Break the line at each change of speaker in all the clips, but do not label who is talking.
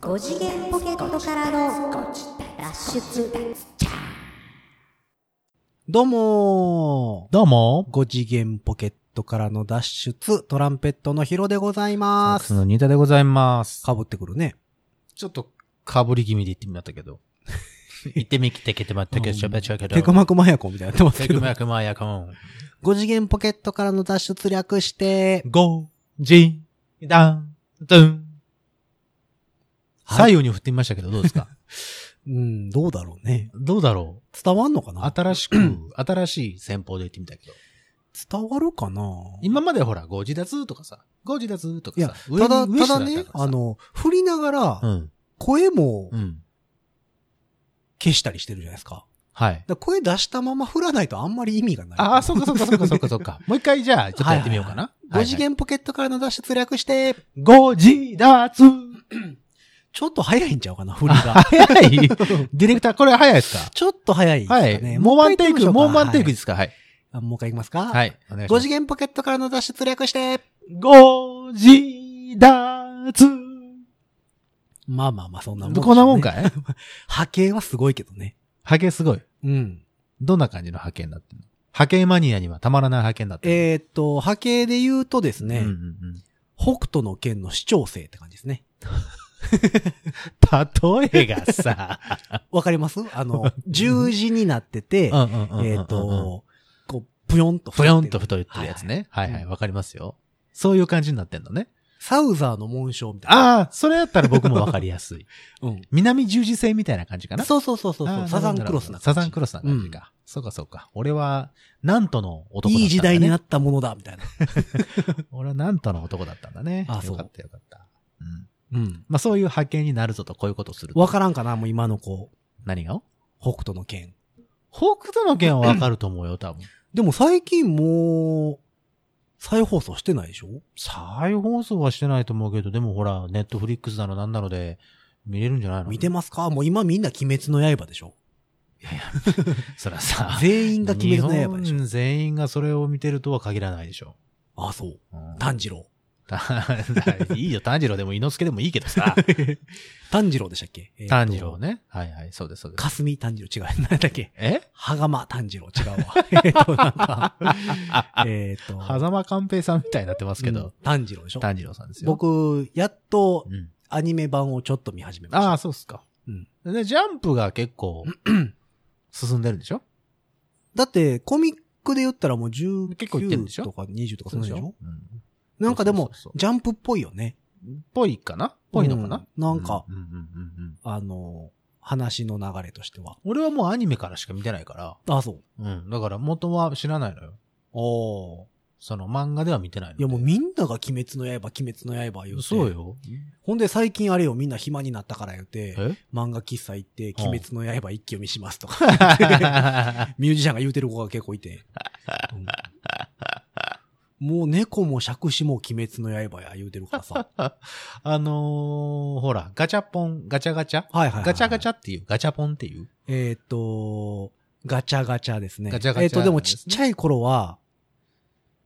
5次元ポケットからの脱出
どうもー
どうも。
五次元ポケットからの脱出、トランペットのヒロでござい
サッ
ま
クス
す。
のニタでございます。
かぶってくるね。
ちょっと、かぶり気味で言ってみまったけど。言ってみきてけてまったけど、しゃべっちゃうけど。
テクマクマヤコンみたいになってます
テ
け
ク
ど。
マクマヤコン。
5次元ポケットからの脱出略して、
ゴジダン、ドン。左右に振ってみましたけど、どうですか
うん、どうだろうね。
どうだろ
伝わんのか
う
な
新しく、新しい戦法で言ってみたけど。
伝わるかな
今までほら、ゴジダツとかさ、ゴジダツと
い
か
や
さ、、
ただ、
上に上
た
下
だ
った
ね
か、らさ
あ、の、振りなが
う
ら、
ん、
声も
うん。
消したりしてるじゃないですか。
はい。
だから声出したまま振らないとあんまり意味がない。
ああ、そっかそっかそっか そっかそっか。もう一回じゃあ、ちょっとやってみようかな。
5次元ポケットからの脱出略して、
ゴジダツ
ちょっと早いんちゃうかな、振り が。
早いディレクター、これ早いですか
ちょっと早いですか
は
ね。。
い。もうワンテイク、もうワンテイクですすかはい。
あもう一回いきますか。
はいい。お願いし
5
ます
次。元ポケットからの脱出略して、
ゴジダツ
まあまあまあ、そんなもん、
こんなもん。かい
波形はすごいけどね。
波形すごい。
うん。
どんな感じの波形になってるの波形マニアにはたまらない波形になってる。
えーっと、波形で言うとですね、
うんうんうん
北斗の剣の市長生って感じですね。
例えがさ、
わかりますあ の、十字になってて、
うんうんうんうんうん
えーっ、と、こう、ぷよんと。
ぷよんと。太いってるやつね。はいはい、
うん
わかりますよ。そういう感じになってんのね。
サウザーの紋章みたいな。あ
ああ、それやったら僕もわかりやすい。
うん。
南十字星みたいな感じかな
そうそうそうそう
あ
そ
ー
う。サザンクロスな感じ。
サザンクロスな感じか。そうかそうか。俺は、なんとの男だったんだ、ね。
いい時代にな
っ
ったものだ、みたいな。
た。 俺はなんとの男だったんだね。
あそう
よかったよかった。うん。
うん。
まあそういう派遣になるぞと、こういうことをすると。
わからんかな、もう今の子。
何が
北斗の剣。
北斗の剣はわかると思うよ、多分。
でも最近もう、再放送してないでしょ
再放送はしてないと思うけど、でもほら、ネットフリックスなのなんなので、見れるんじゃないの
見て
も。
ますかもう今みんな鬼滅の刃でしょ
そらさ、
全員が鬼
日
滅の刃でしょ
本全員がそれを見てるとは限らないでしょ。
あ、そう。
うん
炭治郎。
いいよ、炭治郎でも、伊之助でもいいけ どさ。
炭治郎でしたっけえーと
炭治郎ね。はいはい、そうです、そうです。
霞炭治郎違う。なんだっ け
え
はがま炭治郎違うわ。 えっと、なんか、えっと、
狭間寛平さんみたいになってますけ
うん
ど、
炭治郎でしょ
炭治郎さんですよ。
僕、やっと
う、ん、
アニメ版をちょっと見始めました。
ああ、そうっすか。
うん
で、ジャンプが結 構、進んでるでしょ
だって、コミックで言ったらもう19
結構いってんでしょ
とか20とかそんなんでしょ
うん
なんかでも
そうそうそうそう、
ジャンプっぽいよね。
ぽいかなぽいのかな、
うんなんか
うんうんうんうん
あの、話の流れとしては。
俺はもうアニメからしか見てないか
あ、そう。
ら、うん。だから元は知らないのよ。
お
その漫画では見てないの
い
で。
やもうみんなが鬼滅の刃、鬼滅の刃言うて。
そう。よ。
ほんで最近あれよ、みんな暇になったから言うて、
え
漫画喫茶行って、
うん
鬼滅の刃一気読みしますとか、 ミュージシャンが言うてる子が結構いて。うんもう猫も尺子も鬼滅の刃や言うてるから さ。はい
あのー、ほら、ガチャポン、ガチャガチャ
はいはい、
ガチャガチ
ャ。
ャっていう、ガチャポンっていう。
えーっ、と、ガチャガチャですね。
ガチャガチャ
えーっ、と、でもちっちゃい頃は、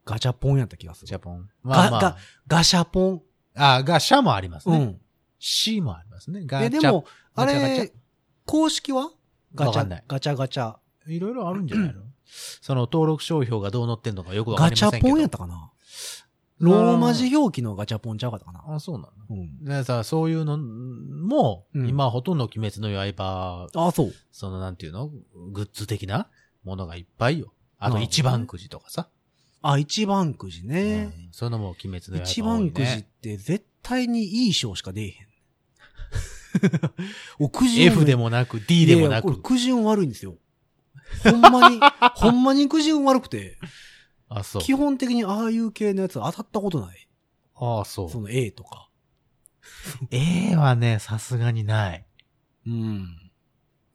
ガチャポンやった気がす
ガチャ
る。
ポン。まあまあ
が。ガシャポン。
あ、ガシャもあります
う
ね。
ん。
シ、もありますね。ガチ
え、
ャ。
でも、あ
ガチャガチャ
れ、公式はガチ
わかんな
ャ
い、
ガチャガチャ。
いろいろあるんじゃないのその登録商標がどう載ってんのかよくわか
ガ
りま
チ
せん
ャ
けど。
ポンやったかなローマ字表記のガチャポンちゃうかったかな
あ、そうなの
うん。
でさ、そういうのも、
うん
今ほとんど鬼滅の刃、
あ、そう。
そのなんていうのグッズ的なものがいっぱいよ。あ
な
と
るほどね
一番くじとかさ。
あ、一番くじね。
うんそういうのも鬼滅の刃、ね。
一番くじって絶対にいい賞しか出 えへん。おくじ運
F でもなく D でもない
やいやこれ
く。
くじ運悪いんですよ。ほんま に、ほんまにくじ運悪くて、
あ、そう。
基本的にああいう系のやつ当たったことない。
ああ、そ。
そうの A とか。
A はね、さすがにない。
うん。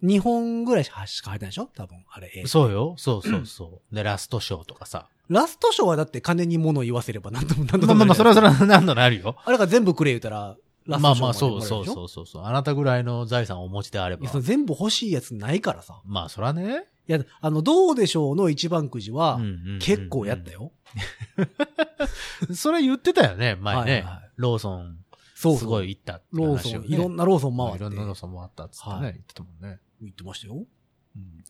2本ぐらいしか入ってないでしょ多分、あれ A。
そうよ。そうそうそう。で、ラストショーとかさ。
ラストショーはだって金に物を言わせればなんともなんと
ま
も
あまあまあ、それはそれ
は。
は何度もあるよ。
あれが全部くれ言うたら、
ま
ラ
あ
ストショー
まあ、そう
までもらえるでしょ
そうそうそうそう。あなたぐらいの財産をお持ちであれ
いや
ば
そ。の全部欲しいやつないからさ。
まあ、そらね。
いや、あの、どうでしょうの一番くじは
うん、うんうん
結構やった。よ。
それ言ってたよね、前
はい
ね
は。
ローソン、
そうそう
すごい行ったって
ロー
話
ソ
を
ン、
ね。
いろんなローソン回っ
い
て
ろんなローソンもあったっつってね、
はい
言ってたもんね。
言ってましたよ。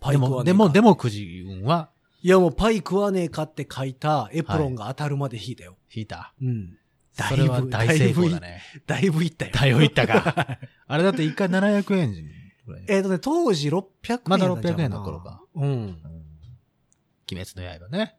パイ
で
クは
も、
ね
で
え
も、
か
でもくじ運はい
やもうパイ食わねえかって書いたエプロンが当たるまで引いたよ。
引いた。
うん。だい
そ
ぶ
れは大成功だね。
だいぶいったよ。
だいぶいったか。あれだって一回700円ぐらい。
えっとね、当時600円
まだ
なんちゃう
600円の頃か。
うん
う。ん鬼滅の刃ね。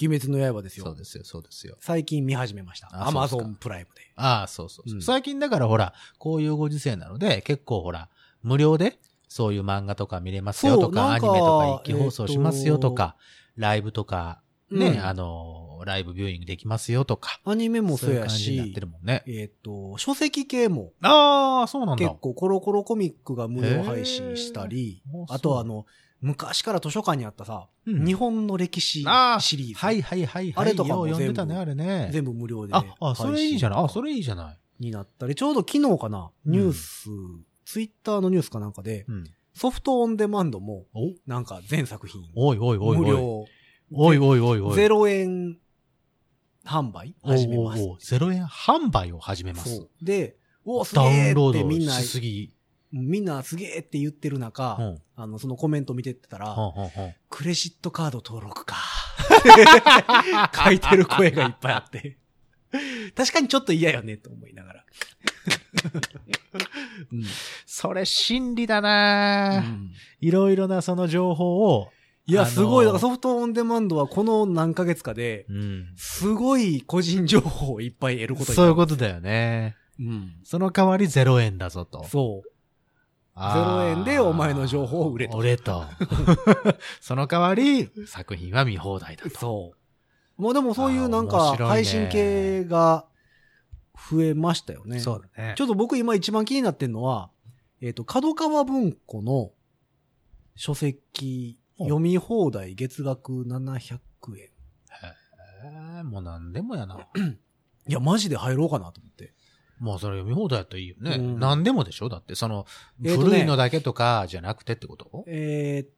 鬼滅の刃です
そう
よ。
ですよ、そうですよ。
最近見始めました。
あ
アマ
そ
ゾ
うです
ンプライムで。
ああ、そうそうそう
うん
最近だからほら、こういうご時世なので、結構ほら、無料で、そういう漫画とか見れますよ
そう
とか、
な
ア
ん
ニ
か
メとか一気放送しますよとか、ライブとか、ね、
うん
あのー、ライブビューイングできますよとか、
アニメもそうや
そういう感じになっ
して
る、もんね。
えっと、書籍系も
ああ、そうなんだ。
結構コロコロコミックが無料配信したり
へーあ、そう
あとはあの、昔から図書館にあったさ、
うん
日本の歴史シリーズ。
はいはいはいはい。
あれとかも
よう読んでたね、
全部
あれね。
全部無料でね、
あ、あ、それいいじゃない。あ、それいいじゃない。
になったり、ちょうど昨日かな、ニュース、ツイッターのニュースかなんかで、
うん。
ソフトオンデマンドも、
お
なんか全作品、
おいおいおいおい。
無。料、
おいおいおいおい。
0円販売始めます。
おうおうおうゼロ円販売を始めま
そ
す
う。。で、おすげ
ダウ
え
ンロ
って
ー
みん
ド
な、
しすぎ。
みんなすげえって言ってる中、
うん。うん
あの、そのコメント見てったら、
うんうん。
クレジットカード登録か。 書いてる声がいっぱいあって。 確かにちょっと嫌よね、と思いながら。 うん
それ真理だなぁ
うん
いろいろなその情報を。
いや、
あのー
すごい。だからソフトオンデマンドはこの何ヶ月かで、
うん。
すごい個人情報をいっぱい得ることに
そう
な
い
る。
うことだよね。
うん
その代わりゼロ円だぞと。
そう。
あー
ゼロ円でお前の情報を売れと
売れと。 その代わり作品は見放題だと。
そう。もうでもそういうなん
あー
か
面白いね
配信系が増えましたよね。
そうだね。
ちょっと僕今一番気になってるのは、えっ、と、角川文庫の書籍
うん
読み放題月額700円。
えーもう何でもやな。
いや、マジで入ろうかなと思って。
まあそれ読み放題やったらいいよね。
うん
何でもでしょだってその、
えーとね
古いのだけとかじゃなくてってこと、
えーっ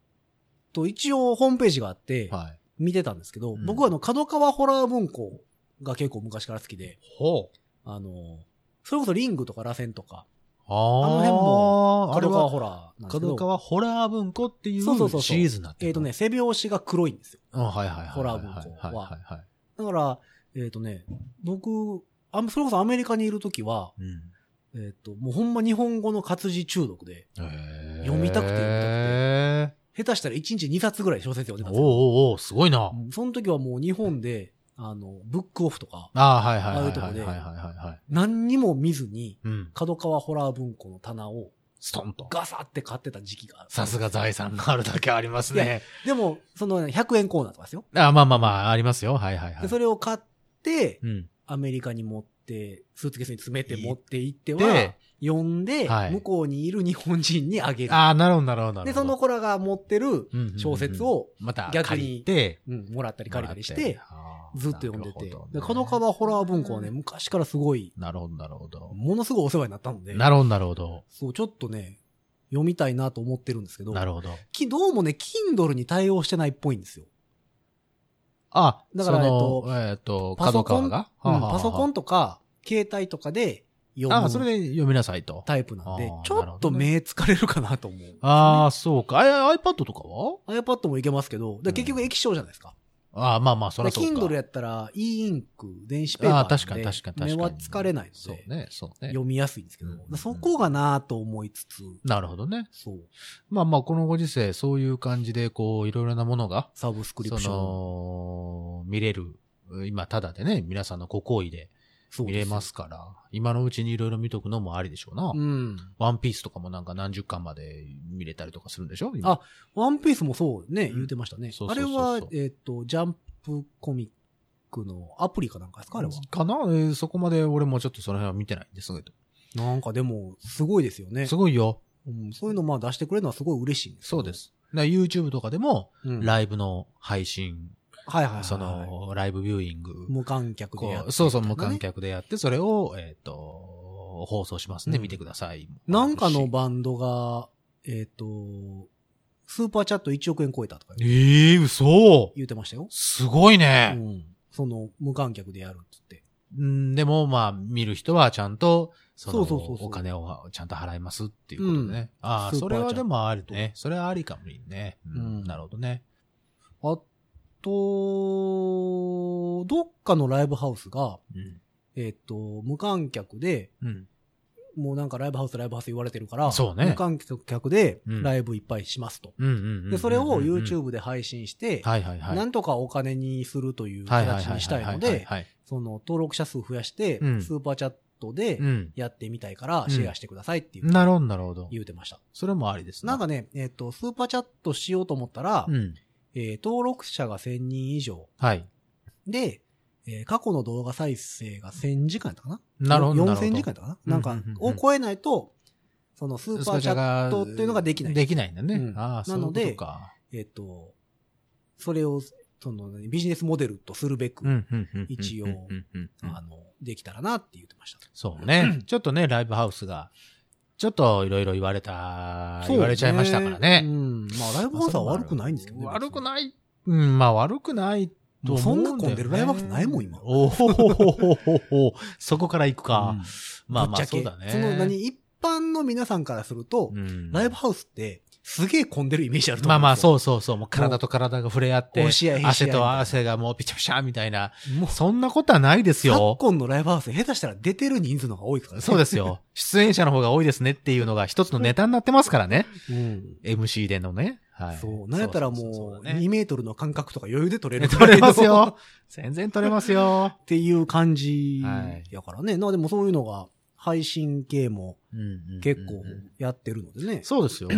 と、一応ホームページがあって、
はい。
見てたんですけど、
うん
僕はあの、角川ホラー文庫が結構昔から好きで、
ほう。
あの、それこそリングとか螺旋とか、
ああ
の辺も
あれ
角川
は、
ホラーなんですけ
角
ど、
川ホラー文庫っていうシ
そうそうそうそう
リーズになって
えーっと
るの
ね、背拍子が黒いんですよ。
うんはいはいはい。
ホラー文庫は
はいはいはい。
だから、えっ、とね、僕、あそれこそアメリカにいるときは、
うん
えっ、と、もうほんま日本語の活字中毒で、
へー
読みたくて読みたくて下手したら1日2冊ぐらい小説読んでたんで
おう
すよ。
おうおうすごいな。
うんその時はもう日本で、あの、ブックオフとか、
ああ、はいはい
ああ
はいいう
とこ
はい
で
はいはいはいはい。
何にも見ずに、
うん。
角川ホラー文庫の棚を
ストンと。
ガサって買ってた時期がある。
さすが財産があるだけありますね。
でも、そのね100円コーナーとかですよ。
ああまあまあまあ、ありますよ。はいはいはい。
で、それを買って、
うん。
アメリカに持って、スーツケースに詰めて
いい
持って行っては
で、
読んで、
はい
向こうにいる日本人にあげる。
ああ、なるほどなるほどなる
で、
ほ
その
ど。
子らが持ってる
うんうんうんうん
小説を、
また
逆に
借りて、
うん、もらったり借りたりして、
あー
ずっと読んでて。
なるほどね
で、角川ホラー文庫はね、昔からすごい、
なるほどなるほど。
ものすごいお世話になったので、
なるほどなるほど。
そう、ちょっとね、読みたいなと思ってるんですけど、
なるほど。
きどうもね、Kindle に対応してないっぽいんですよ。
あ、
だから
そのえっと、
パソ
角
コン
川が
うん
はあはあはあ
パソコンとか、携帯とかで読
ああ、それ
む
で読みなさいと。
タイプなんで
あ、ー
ちょっと目疲れるかなと思う。
ああ、そうか。あ iPad とかは
iPad もいけますけど、で結局液晶じゃないですか。
ああ、まあまあ、そ
だ
り
か
ゃ
ら
そうか。
Kindle やったら、e インク、電子ペーパーな
ああ、
んで
確かに確かに確かに。
目は疲れない
そ
の
う
で、
ね、そうね。
読みやすいんですけど、
うんうんうん
そこがなぁと思いつつ、
なるほどね。
そう、
まあまあ、このご時世、そういう感じで、こう、いろいろなものが、
サブスクリ
そ
プション。
の、見れる。今、ただでね、皆さんのご好意で
そう
見れますから、今のうちにいろいろ見とくのもありでしょうな。
うん。
ワンピースとかもなんか何十巻まで見れたりとかするんでしょ今
あワンピースもそうね、
うん
言うてましたね。
そう
あ
そうそ
れ
うそう
は、えっ、と、ジャンプコミックのアプリかなんかですかあれは。
かな、えーそこまで俺もちょっとその辺は見てないんですけど。
なんかでも、すごいですよね
す。ごいよ。
うんそういうのまあ出してくれるのはすごい嬉しいんですけど
そうで。す。だから YouTube とかでも、
うんはい
ライブの配信、
はいはい。
そ、の、ライブビューイング、
無観客で
こ
やって
うそうそう、無
みたいなね
観客でやって、それを、えっ、と、放送しますんで、
うん
見てください。
なんかのバンドが、えっ、と、スーパーチャット1億円超えたとか
ええ嘘
言ってましたよ。
すごいうね。
ん。その、無観客でやるっつって。
うん、でも、まあ、見る人はちゃんと、その
そうそうそうそう
お金をちゃんと払いますっていうことでね。ああ、
スーパ
そ
ー
れはでもある
ちゃんと
ね。それはありかもいいね。う
う
ん、
ん
なるほどね。
あと、どっかのライブハウスが、
うん。
えっ、と、無観客で、
うん。
もうなんかライブハウスライブハウス言われてるから、
そうね
無観客で
うん
ライブいっぱいしますと。
うんうんうんうん。
で、それを
うん。
YouTube で配信して、
はいはいはい。
なんとかお金にするという
はいはい
形
はい
にしたいの
はいはい
で、
はい。
その登録者数増やして、
うん
スーパーチャットで
うん。
やってみたいからシェアしてくださいっていう、
なるほど、なるほど。
言うてました。
それもありです
なんか、ね、えっ、と、スーパーチャットしようと思ったら、
うん。
えー登録者が1000人以上
はい。
で、えー過去の動画再生が1000時間やったかな
なるほど、なるほど。
4000時間やったかななん
うん
か
うんうん、うん
を超えないと、そのスーパーチャット、
ッ
トっていうのができない
できないんだね。
うん
ああ、そう
ないの
うこ
で
とか。
えっ、と、それを、その、ビジネスモデルとするべく、
うんうんうんうん
一応
うんうんうん
あの、できたらなって言ってました。
そ うね。ちょっとね、ライブハウスが、ちょっといろいろ言われた、言われちゃいましたから
う
ね。
ん。まあ、ライブハウスは悪くないんですけどね。
悪く
い。
ない。うん、まあ悪くない
もう
と思
そ
うん
ん
だ
な
よね。
混んでるライブハウスないもん、今。
おほほほほほほ。そこから行く
う
か
ん。
まあ
ぶっ
ま
ち
あ、
ゃけ
そうだね。
その何、一般の皆さんからすると、
うん
ライブハウスって、すげえ混んでるイメージあると思
まあ
うん
まあ、
ですよ。
そうそうそう。もう体と体が触れ合って
押、し合い、
汗と
汗。
汗がもうピチャピチャみたいな。
もう、
そんなことはないで
昨
すよ。
今のライブハウス、下手したら出てる人数の方が多いですからね。
そうです よ。出演者の方が多いですねっていうのが一つのネタになってますからね。
す。うん。
MC でのね。はい。
そう。なんやったらもう、
ね
2メートルの間隔とか余裕で取れる。
取れます。よ。全然取れますよ
っ。ていう感じ
はい
やからね。な、でもそういうのが、配信系も結構やってるのでね。
そうですよ。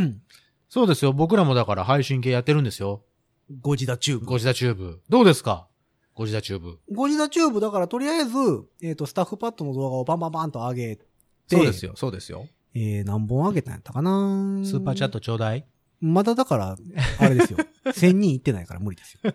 そうですよ。僕らもだから配信系やってるんですよ。
ゴジダチューブ。
ゴジダチューブ。どうですかゴジダチューブ。
ゴジダチューブだからとりあえず、えっ、と、スタッフパッドの動画をバンバンバンと上げて、
そうですよ。そうですよ。
えー、何本上げたんやったかな
スーパーチャッ。トちょうだい。
まだだから、あれ ですよ。1000人いってないから無理ですよ。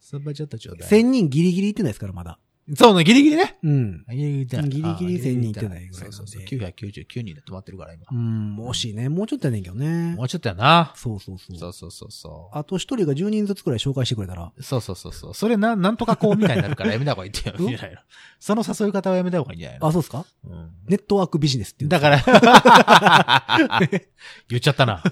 スーパーチャットちょう
1000人ギリギリいってないですから、まだ。
そうね、ギリギリね。
うん。
ギリギリだ
ギリギリ
あー
1000人いってないぐらいなんで
そうそうそう。999人で止まってるから今
う。ん、惜しいね。もうちょっとやねんけどね
も。うちょっとやな。
そうそうそう。
そうそうそうそう。
あと一人が10人ずつくらい紹介してくれたら。
そうそうそうそう。それな、なんとかこうみたいになるからやめた方がいいって言うないの。その誘い方はやめた方がいいんじゃないの
あ、そうですか
うん
ネットワークビジネスっていう。
だから、 言っちゃったな。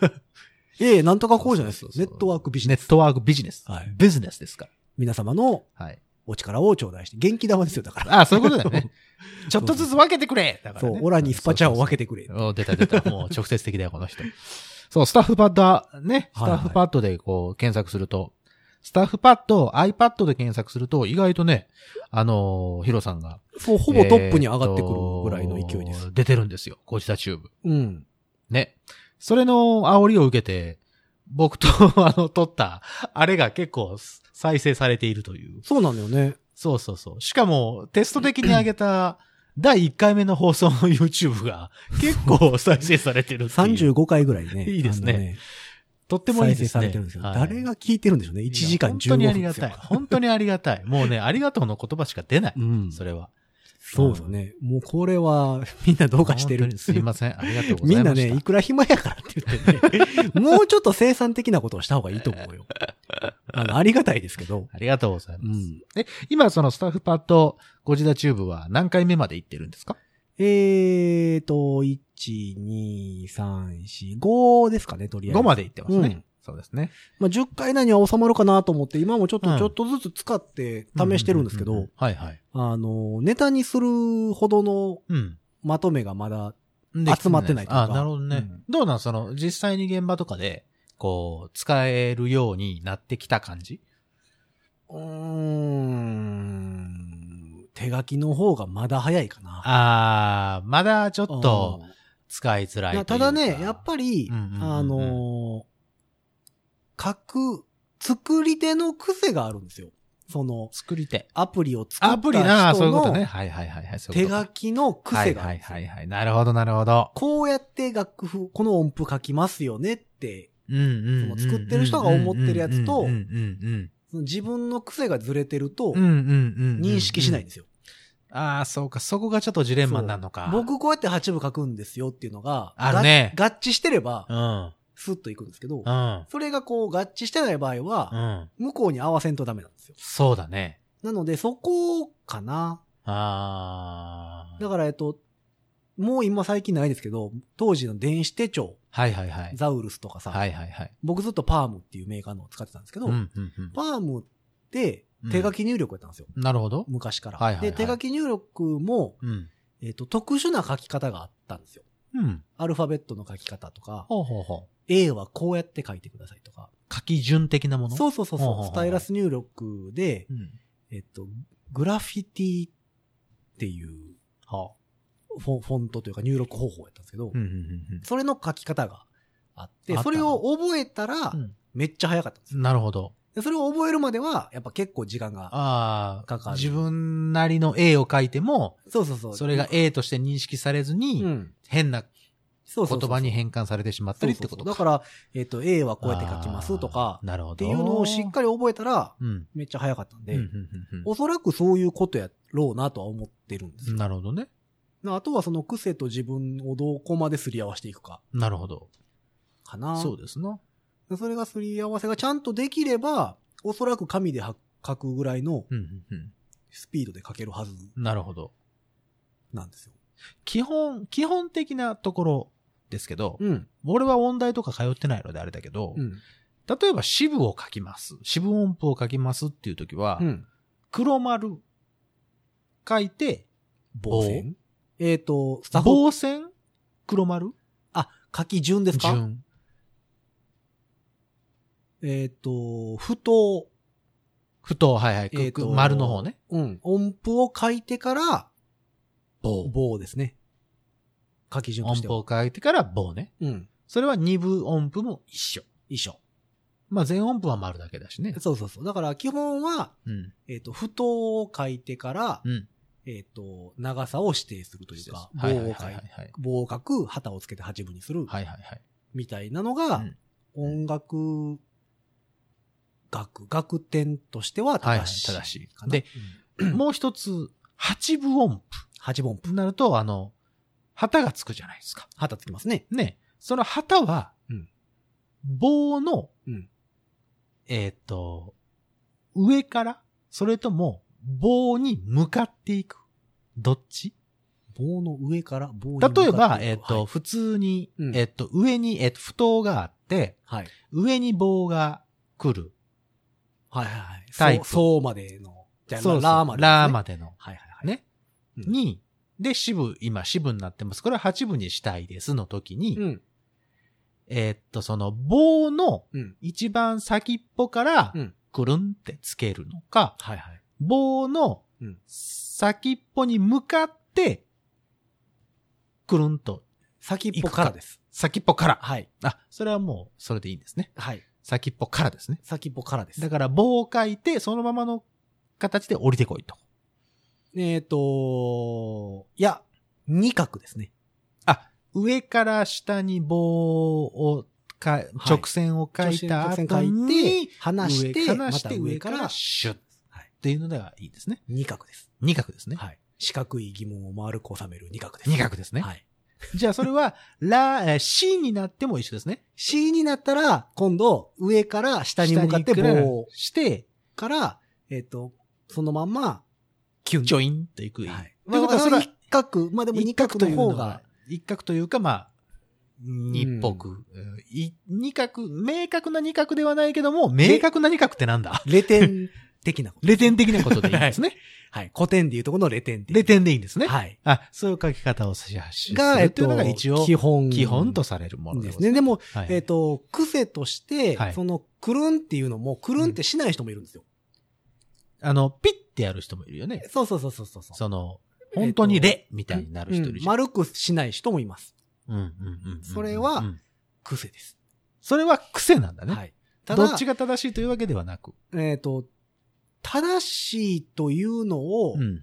ええ、なんとかこうじゃないです
そう
よ
そう
ネ
そう
ットワークビジ
ネ
ネス。
ットワークビジネス。
はい
ビジネスですか
皆様の
ら。はい。
お力を頂戴して、元気玉ですよ、だから。
あそういうことだよ ね。ちょっとずつ分けてくれだから
そ
ね、
う、オラにスパチャを分け
て。
てくれ。
お出た出た。もう直接的だよ、この人。 そう、スタッフパッド、ね、ス
はい
タ
は
ッ
い
フパッドでこう検索すると、スタッフパッド、iPad で検索すると、意外とね、あのーヒロさんが、
そう、ほぼトップに上がってくるぐらいの勢いです
えー。と。出てるんですよ、ゴジラチューブ。
うん。
ね。それの煽りを受けて、僕と あの、撮った、あれが結構再生されているという。
そうなんだよね。
そうそうそう。しかも、テスト的に上げた第1回目の放送の YouTube が結構再生されてる っていう。
35回ぐらいね。
いいです
あの。
ねとってもいい
再
です
生さ
ね。
れてるんですよ。
はい
誰が聞いてるんでしょうね。1時間15
いや
分
本当にあ
で
り
す
が
よ
たい。。本当にありがたい。もうね、ありがとうの言葉しか出ない。
うん。
それは。
そうですね。もうこれは、みんなどうかして
本当
る
に。すいません。ありがとうござ
み
い
ん
ま
な
した。
ね、いくら暇やからって言ってね、もうちょっと生産的なことをした方がいいと思うよ。あの、ありがたいですけど。
ありがとうございます。
うん。
今、そのスタッフパッド、ゴジラチューブは何回目まで行ってるんですか
えーと、1、2、3、4、5ですかね、とりあえず。
?5 まで行ってますね。
うん
そうですね。
まあ、10回以内には収まるかなと思って、今もちょっと、
うん
ちょっとずつ使って試してるんですけ
うう
ど
う、はいはい。
あの、ネタにするほどの
うん。
まとめがまだ、
で
集まってないとか
あ、なるほどね。
うん
どうなんその、実際に現場とかで、こう、使えるようになってきた感じ
うーん、手書きの方がまだ早いかな。
あー、まだちょっ
うん
と、使いづらい
い
と
やた
いうか
だね、やっぱり、
うんうんうんうん
あのー書く、作り手の癖があるんですよ。その、
作り手。
アプリを作
ア
った
プリな、そうい
人
うことね。
の
はいはいはいはい。そうい
手
うこと
書きの癖があ
は
るん
い
ですよ
はいはいはい。なるほどなるほど。
こうやって楽譜、この音符書きますよねって、
うんうんうん。
その作ってる人が思ってるやつと
うんうんうん
その自分の癖がずれてると
うん。うん、うんうんうん。
認識しないんですよ。
ああ、そうか。そこがちょっとジレンマになるのか。
僕こうやって8部書くんですよっていうのが、
あるね
が合致してれば
う、ん。
スッといくんですけど
う、ん。
それがこう合致してない場合
う
は、
ん。
向こうに合わせんとダメなんですよ。
そうだね。
なので、そこかな。
あー。
だから、えっと、もう今最近ないですけど、当時の電子手帳、
はいはいはい。
ザウルスとかさ、
はいはいはい。
僕ずっとパームっていうメーカーのを使ってたんですけど、
うんうんうん。
パームって手書き入力やったんですよ。
なるほど。
昔から。
はいはいはい
で、手書き入力も、
うん。
えっ、と、特殊な書き方があったんですよ。
うん。
アルファベットの書き方とか、
ほうほうほ
A はこうやって書いてくださいとか。
う。書き順的なもの。
そううそうそう
ほうほ
そうう。
ほう
スタイラス入力で
う、ん。
えっと、グラフィティっていう
は
フォンフォントというか入力方法やったんですけど、
うんうんうん
それの書き方があっ
あった
て、
な
それを覚えたら
うん。
めっちゃ早かったんです
うん
よ。
なるほど。
でそれを覚えるまでは、やっぱ結構時間が。
あ
かか
あ、
る
自分なりの A を書いても、
そうそうそう。
それが A として認識されず
う
に、
ん。
変な
そうそうそう
言葉に変換されてしまったりってこと
そうそうそうだ
か。
から、えっ、と、A はこうやって書きますとか
あ、ーなるほ
って
ど。
いうのをしっかり覚えたら、
り。うん。
めっちゃ早かったんで、
うんうんうん
おそらくそういうことやろうなとは思ってるんです
うん
よ。
なるほどね。
あとはその癖と自分をどこまですり合わせていくか、
なるほど。
かな。
そうですな。
それがすり合わせがちゃんとできれば、おそらく紙では書くぐらいの
うんうんうん
スピードで書けるはず
なるほど。
なんですよ。
基本、基本的なところですけど、
うん。
俺は音大とか通ってないのであれだけど、
うん。
例えば四部を書きます。四部音符を書きますっていう時は、
うん。
黒丸書いて、
棒線えっ、と、スタフ
棒線黒丸
あ、書き順ですか
順。
えっ、と、不当。
ふと、はいはい、く
えー
く
と
丸の方ね。
うん。音符を書いてから、
棒。
棒ですね。書き順と
音
して
符
は。
を書いてから棒ね。
うん。
それは二部音符も一緒。
一緒。
まあ全音符は丸だけだしね。
そうそうそう。だから基本は、
うん。
えっ、と、不当を書いてから、
うん。
えっ、と、長さを指定するというか、棒
はいはい
を
は
書
い
い
はいはい。
棒を書く、旗をつけて八分にする、
はいはいはい。
みたいなのが、
うん
音楽、学、学点としては
はい
正
はい、
しい
正し
か
い。
な。
で、
うん、
もう一つ、八分音
八分音符。
符になると、あの、旗がつくじゃないですか。
旗つきますね。
ね。その旗は
うん、
棒の
うん、
えっと、上から、それとも棒に向かっていく。どっち
棒の上から棒に向かって
例えば、
い
えっ
く
と、、普通に
う、ん
えっと、上に、えっと、不当があって、
はい。
上に棒が来る。
はいはいはい。
タ
タ
イ
イ
プ
プ。そうまでの、じゃあ
そうそう
ラーまで、
ラーま。での。
はいはいはい。
ね。
うん
に、で、支部、今、支部になってます。これは8部にしたいですの時に、
うん。
えーっと、その棒の
うん。
一番先っぽから
うん、
くるんってつけるのか、
はいはい。
棒の
うん
先っぽに向かって、くるんと、
先っぽからです。
先っぽから。
はい。
あ、それはもう、それでいいんですね。
はい。
先っぽからですね。
先っぽからです。
だから棒を書いて、そのままの形で降りてこいと。
えっ、といや、二角ですね。
あ、上から下に棒をか、直線を書いた
直線
後
書い
に
て、、離して、
上から
ま
して
た上
上か
からら
シュッっ
はい
ていうのではいいですね。
二角です。
二角ですね。
はい。四角い疑問を丸く収める二角です。
二角ですね。
はい。
じゃあそれは、 ラ、えー C になっても一緒ですね。
C になったら、今度、上から下に向かって
下に
棒を
して、
から、えっ、と、そのまんま、キュン。
ジョインっていく。
はい。
ということは、それは
一、角、まあでも二角の方が、、
一角というか、まあ、二っぽく。い二角、明確な二角ではないけども、明確な二角ってなんだ
レ点的なこと。
レ点的なことでいいんです ね。
はい。古典でいうとこのレ点
レ点でいいんですね。
はい。
あ、そういう書き方をし始め
が、
る
えっ
という
と
のが一応、
基本。
基本とされるもので
ですすね。でも、
はい
えっ、と、癖として、
はい
その、くるんっていうのも、くるんってしない人もいるんですよ。
あの、ピッてやる人もいるよね。
そうそうそうそうそう。
その、本当にレみたいになる人
う
いる
ん
じゃん。
丸くしない人もいます。
うんうんうんうんうん
それは
うん
癖です。
それは癖なんだね。
はい。た
ど
だ、
っちが正しいというわけではなく。
えっ、と、正しいというのを
うん、うんうん う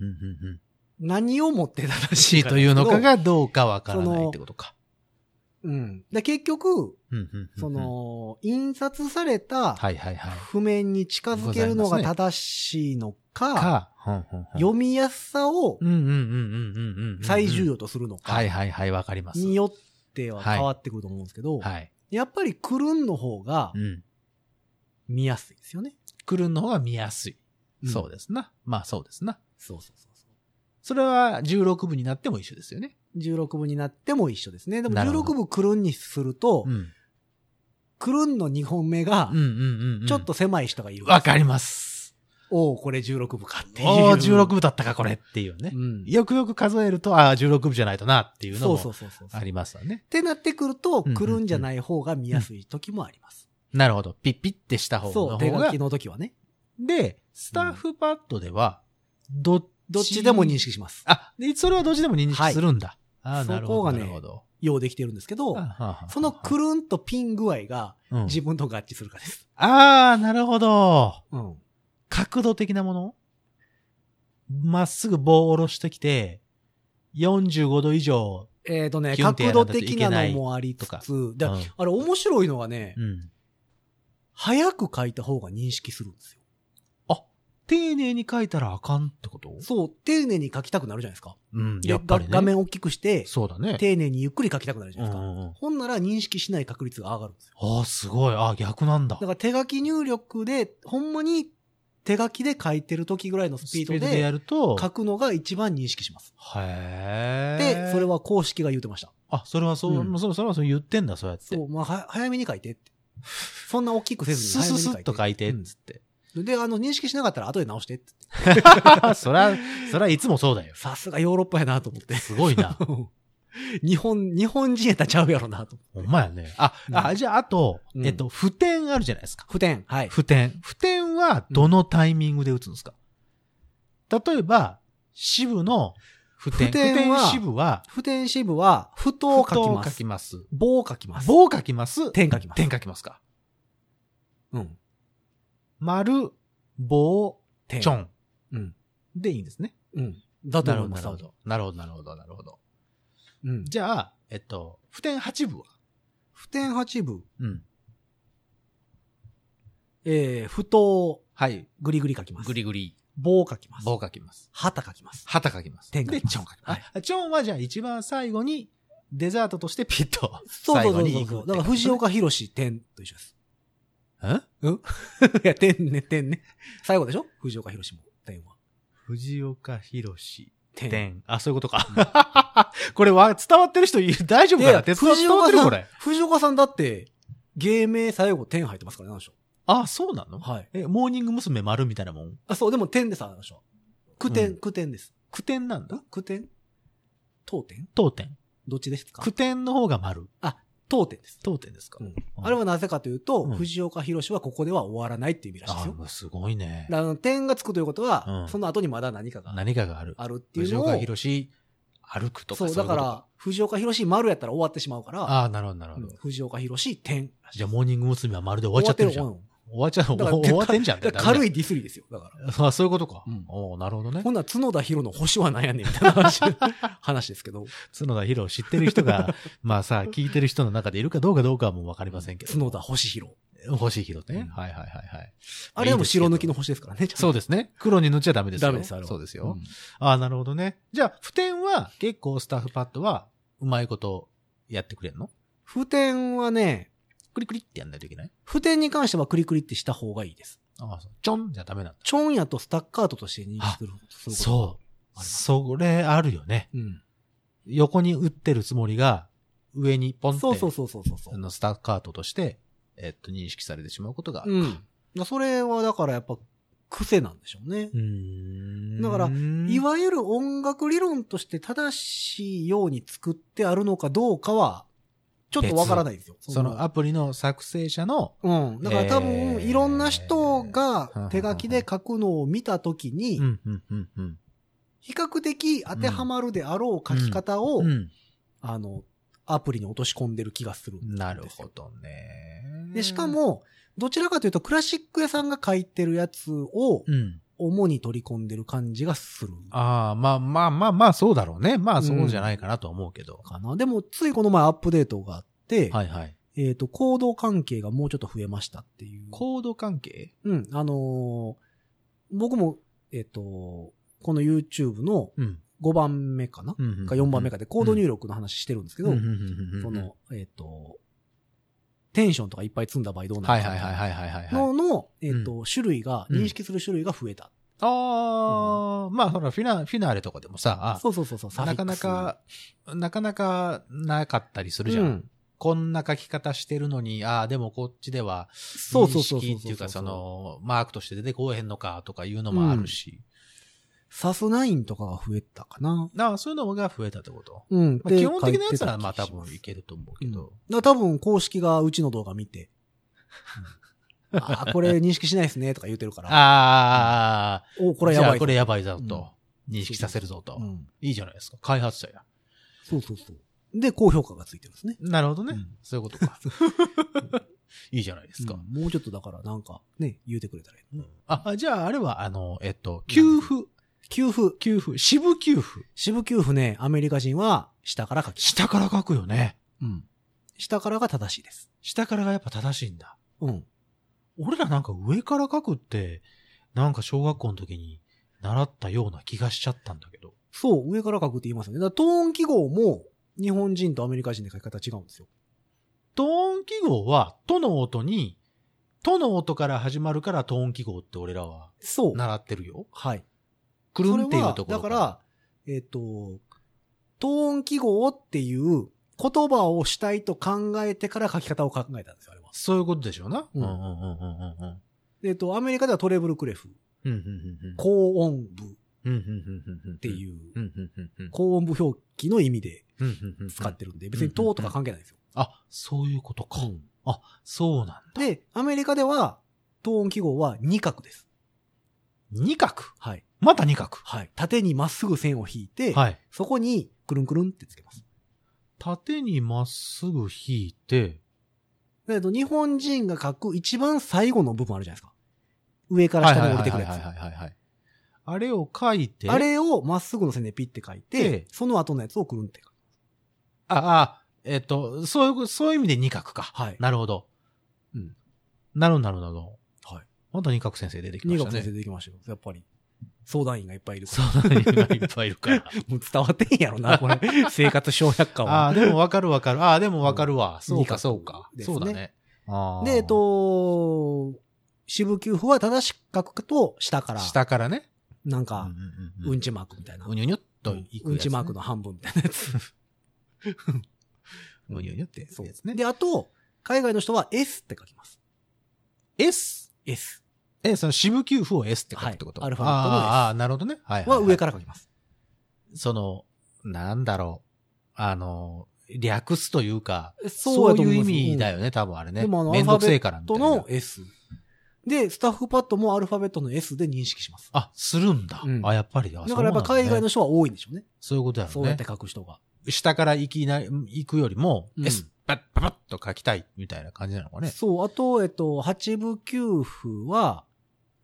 ん
何をもって正し
正し
い
い
か
というのか
なんです
がどうかわからないってことか。
けど、うん。で、結局、
うんうんうんうん
そ、の、印刷された
はいはいはい。
譜面に近づけるの
ござ
が
います
正しいのか、
か、ほんほんほん
読みやすさを
うんうんうんうんうんうんうん。
最重要とするのか
は、いはいはい、わかります。
によっては変わってくると思うんですけど、
はい。
やっぱりクルンの方が
うん。
見やすいですよね。
クルンの方が見やすい。そう
で
ですな。まあそうですな。
す。そうそうそうそう。
それは16部になっても一緒ですよね。
16部になっても一緒ですね。でも
なるほ
16
ど
部クルンにすると、
ん。
クルンの2本目が
うんう、んうん、うん。
ちょっと狭い人がいる。
わかります。
おお、これ16部かっていう。
おー、16部だったかこれっていうね
う。ん。
よくよく数えると、ああ、16部じゃないとなっていうの
そうそ
も
うそうそう。
あ
っ
りますわね。
てなってくると、
うんうん
クルンじゃない方が見やすい時もあります。
なるほど。ピッピッてした方
そ
の
う、手
方
書
が
き。の時はね。
で、スタッフパッドでは、どっち、
どっちでも認。識します。
あ、でそれはどっちでも認識するんだ。ああ、なるほど。
そこがね
なるほど。
ようできてるんですけど、そのクルンとピン具合が
うん
自分と合致するかです。
ああ、なるほど。
うん。
角度的なものまっすぐ棒を下ろしてきて、45度以上、
えっ、とね、
キュンってや
角
ら
度
ないとい
的
け
な
な
の
い
もありつ
とか
つ、だ
うん
あれ面白いのはね、
うん
早く書いた方が認識するんですよ。
丁寧に書いたらあかんってこと
そう、丁寧に書きたくなるじゃないですか。
うん、
で
やっぱりね。
が画面大きくして、
そうだね。
丁寧にゆっくり書きたくなるじゃ
うん
な
う
いですか。
んうん
ほんなら認識しない確率が上がるんですよ。
ああ、すごい。ああ、逆なんだ
だか。ら手書き入力で、ほんまに手書きで書いてる時ぐらいのス
スピ
ピ
ー
ー
ド
ド
でや
で
ると、
書くのが一番認識します。
へえ。
で、それ。は公式が言うてました。
あ、それはそう、
うん
もうそれそれはそう言ってんだ、そうやって
そ。う、まあ、は早めに書いてって。そんな大きくせず
ス
に早
ス
めに
ス
書いて。
ッと書いて、
う
っ
ん
つって。
で、あの、認識しなかったら後で直してって。
そりゃ、そりゃいつもそうだよ。
さすがヨーロッパやなと思って。
すごいな。
日本、日本人やったらちゃうやろなと
ほ
思
ん
って。
まやね。あ、あ、じゃあ、あと、
うん
えっと、普天あるじゃないですか。
不点。はい。
不点。不点はどのタイミングで打つんですか、例えば、支部の不点。
不点は
支部は、
不点支部は、不当を書きま
不等を書
す
き。ます。
棒を書きます。
棒書きます。
点書きます
点書きますか。
うん。
丸、棒、
点。
ちょん。
うん。
でいいんですね。
うん。だと
なる
思
ほ
い
ど、
ま
な
す。
るほど。なるほど、なるほど、なるほど。
うん。
じゃあ、えっと、不点八部は
不点八部、
うん。
えー、不当、
はい。
ぐりぐり書きます。
ぐりぐり。
棒を書きます。
棒書きます。
旗書きます。
旗書きます。
点書きます
で、ちょん書きます。あちょんはじゃあ一番最後に、デザートとしてピッと。
そうそう
最後
そう
に行
そう
くって
だから、
感じ
藤岡弘点と一緒 です。
ん
いや、点ね、点ね。最後でしょ藤岡弘も。点は。
藤岡弘、
点。
点。あ、そういうことか。 これは伝わってる人いる大丈夫か
いや
な手伝伝わってる
藤
こ
岡さ
れ
ん。、藤岡さんだって、芸名最後点入ってますからね、なんでしょ
あ、そうなの
はい。
え、モーニング娘。丸みたいなもん
あ、そう、でも点でさ、あの人は。句
う
点、
ん
句点です。
句点なんだ
ん句点当点
当点。
どっちですか
句点の方が丸。
当点です。
当点ですか
うんあれはなぜかというと、
うん
藤岡弘はここでは終わらないっていう意味らしいです
あ
よ。、
すごいね
だか。らあの点がつくということは、
うん
その後にまだ何かが
何かがある。
あるっていう
藤
のを、
岡弘、歩くとか。
そう、
い
だ
こ
か
と
ら、、藤岡弘丸やったら終わってしまうから、
ああ、なるほど、なるほ
うん
ど。
藤岡弘点。
じゃあ、モーニング娘。はまるで終わっちゃってるじゃん。
終わって
終わっちゃう、
だから
終わってんじゃん。
るうんだから軽
い。
いディスリーですよ、だから。
あそういうことか
うん。
おーなるほどね
ほ。んなら角田博の星は何やねんみたいな話 話ですけど。
角田博を知ってる 人が、まあさ、聞いてる人の中でいるかどうかどうかはもうわかりませんけど。
角田星博。
星博ね、
うん
はいはいはいはい。
あれはもう白抜きの星ですからね。
そうですね。黒に塗っちゃダメですよ。
ダメですあれは
そうです
う
よ。
ん
ああ、なるほどね。じゃあ、普天は結構スタッフパッドは、うまいことやってくれんの
普天はね、
クリクリってやんないといけない
普天に関してはクリクリってした方がいいです。
ああ、そう。ちょんじゃダメなんだ。
チョンやとスタッカートとして認識するすること。
そう。それあるよね。
う。うん。
横に打ってるつもりが、上にポンって、
そうそうそうそうそうそ
あ
う。
のスタッカートとして、えっと、認識されてしまうことがある
うん。だからそれはだからやっぱ癖なんでしょうね。
ん
だからい
い
わゆる音楽理論として正しいように作ってあるのかどうかは、ちょっとわからないですよ。
そのアプリの作成者の、
うん。だから多分、
えー
いろんな人が手書きで書くのを見たときに、
ん、うん、うん、うん。
比較的当てはまるであろう書き方を、
うん。
あの、アプリに落とし込んでる気がする。
なるほどね。
で、しか、も、どちらかというと、クラシック屋さんが書いてるやつを
うん。
主に取り込んでる感じがする。
ああ、まあまあまあまあ、そうだろうね。まあ、そうじゃないかなと思うけど。
かな。でも、ついこの前アップデートがあって、
はいはい。
えっ、と、行動関係がもうちょっと増えましたっていう。
コード関係
うん、あのー僕も、えっ、と、この YouTube の
うん。
5番目かな、
うん
か4番目かでコード入力の話してるんですけど、
うんうんうんうんうん
その、えっ、と、テンションとかいっぱい積んだ場合どうな
は
る
い
か
はいはいはいはいはいはい。
のの、えっ、
うん
と、種類が、
うん
認識する種類が増えた。
ああ、まあ、ほら、フィナ、フィナーレとかでもさ、
そうそうそうそう、サフィ
な
ッ
か
ク
な
ス
か、なかなかなかったりするじゃん。
うん
こんな書き方してるのに、ああ、でもこっちでは、
そうそう
認
そうそう
識っていうか、そ、の、マークとして出てこうへんのかとかいうのもあるし。
サスナインとかが増えたかな。
なあそういうのが増えたってこと。
うん。
まあ、基本的なやつは、まあ多分いけると思うけど。
だから多分公式がうちの動画見 て、うんあーこれ認識しないですねとか言ってるから、
ああ、
おこれ
じ
や
ゃ
ば
あ
い
こ
ぞ。
れやばいぞと。認識させるぞと
う。ん
いいじゃないですか。開発者や。
そうそうそう。で、高評価がついてるんですね。
なるほどね。
うん
そういう ことか。いいじゃないですか。
うんもうちょっとだからなんかね、言うてくれたらいいのね。
あ、あじゃああれは、あの、えっと、給付、
給付。
給付、支部給付。
支部給付ね、アメリカ人は下から書き。
下から書くよね。
うん。下からが正しいです。
下からがやっぱ正しいんだ。
うん。
俺らなんか上から書くって、なんか小学校の時に習ったような気がしちゃったんだけど。
そう、上から書くって言いますよね。だからトーン記号も日本人とアメリカ人で書き方違うんですよ。
トーン記号は、との音に、との音から始まるからトーン記号って俺らは
そう。
習ってるよ。
はい。
くるんっていうところ
それはだから、えっ、と、トーン記号っていう言葉を主体と考えてから書き方を考えたんですよ、あれは。
そういうことでしょうな。
うん
うんうんうんうんうんうん。
えっ、と、アメリカではトレブルクレフ、
うんうんうんうん。
高音部っ
うんうんうんうんうん。ってう。
いう、
うんうんうんうん。
高音部表記の意味で
うんうんうんうん
使ってるんで、別にトーとか関係ないんですよ。
あ、そういうことか。あ、そうなんだ。
で、アメリカでは、トーン記号は二角です。
二角。
はい。
また二角。
はい。縦にまっすぐ線を引いて、
はい。
そこにくるんくるんってつけます。
縦にまっすぐ引いて、
だけど、日本人が書く一番最後の部分あるじゃないですか。上から下に降りてくるやつ。
はいはいはいはいはいはい。あれを書いて、
あれをまっすぐの線でピッて書い
ええ
て、その後のやつをくるんって書く。
あ、あ、えっ、と、そういう、そういう意味で二角か。
はい
なるほど。
うん。
なるほど、なるほどなるほど。
はい。
また二角先生出てきま
二
した
学
ね。
先生できましたよ。やっぱり。相談員がいっぱいいるから。
そう、二角 いっぱいい るから。
もう伝わってんやろな、これ。生活小百科
あ
は。
あ、でもわかるわかる。ああ、でもわかるわ。そうか、
二角
そうか。
です
そ
ね
うだね。あー
で、えっ、と、支部給付は正しく書くと、下から、
下からね。
なん
うんう
か、
んうん
うんちマークみたいな。
うにょにょっといくやつね
うんちマークの半分みたいなやつ。
うにょにょってや
そうで
つ
すね。
ね。
で、あと、海外の人は S って書きます。
S。
S
え、その支部給付を S って書くってこと、
はいアルファベットの S
ああああ、なるほどね。はいはい、
は上
ら。
から書きます。
その、なんだろう。あの、略すというか、
そ
そう
や
う
と思
いう
い
意
ます
味だよね、多分あれね。
でもあの
めんどくせえからみた
と
いな。
の S。で、スタッフパッドもアルファベットの S で認識します。
あ、するんだ。
うん
あ、やっぱりだ。
だからやっぱ
そうなん
海外
だね
の人は多いんでしょうね。
そういうことだよね。
そうやって書く人が。
下から行きな、行くよりも、
うん
S、パッパパッと書きたい、みたいな感じなのかね。
そう、あと、えっと、八部九符は、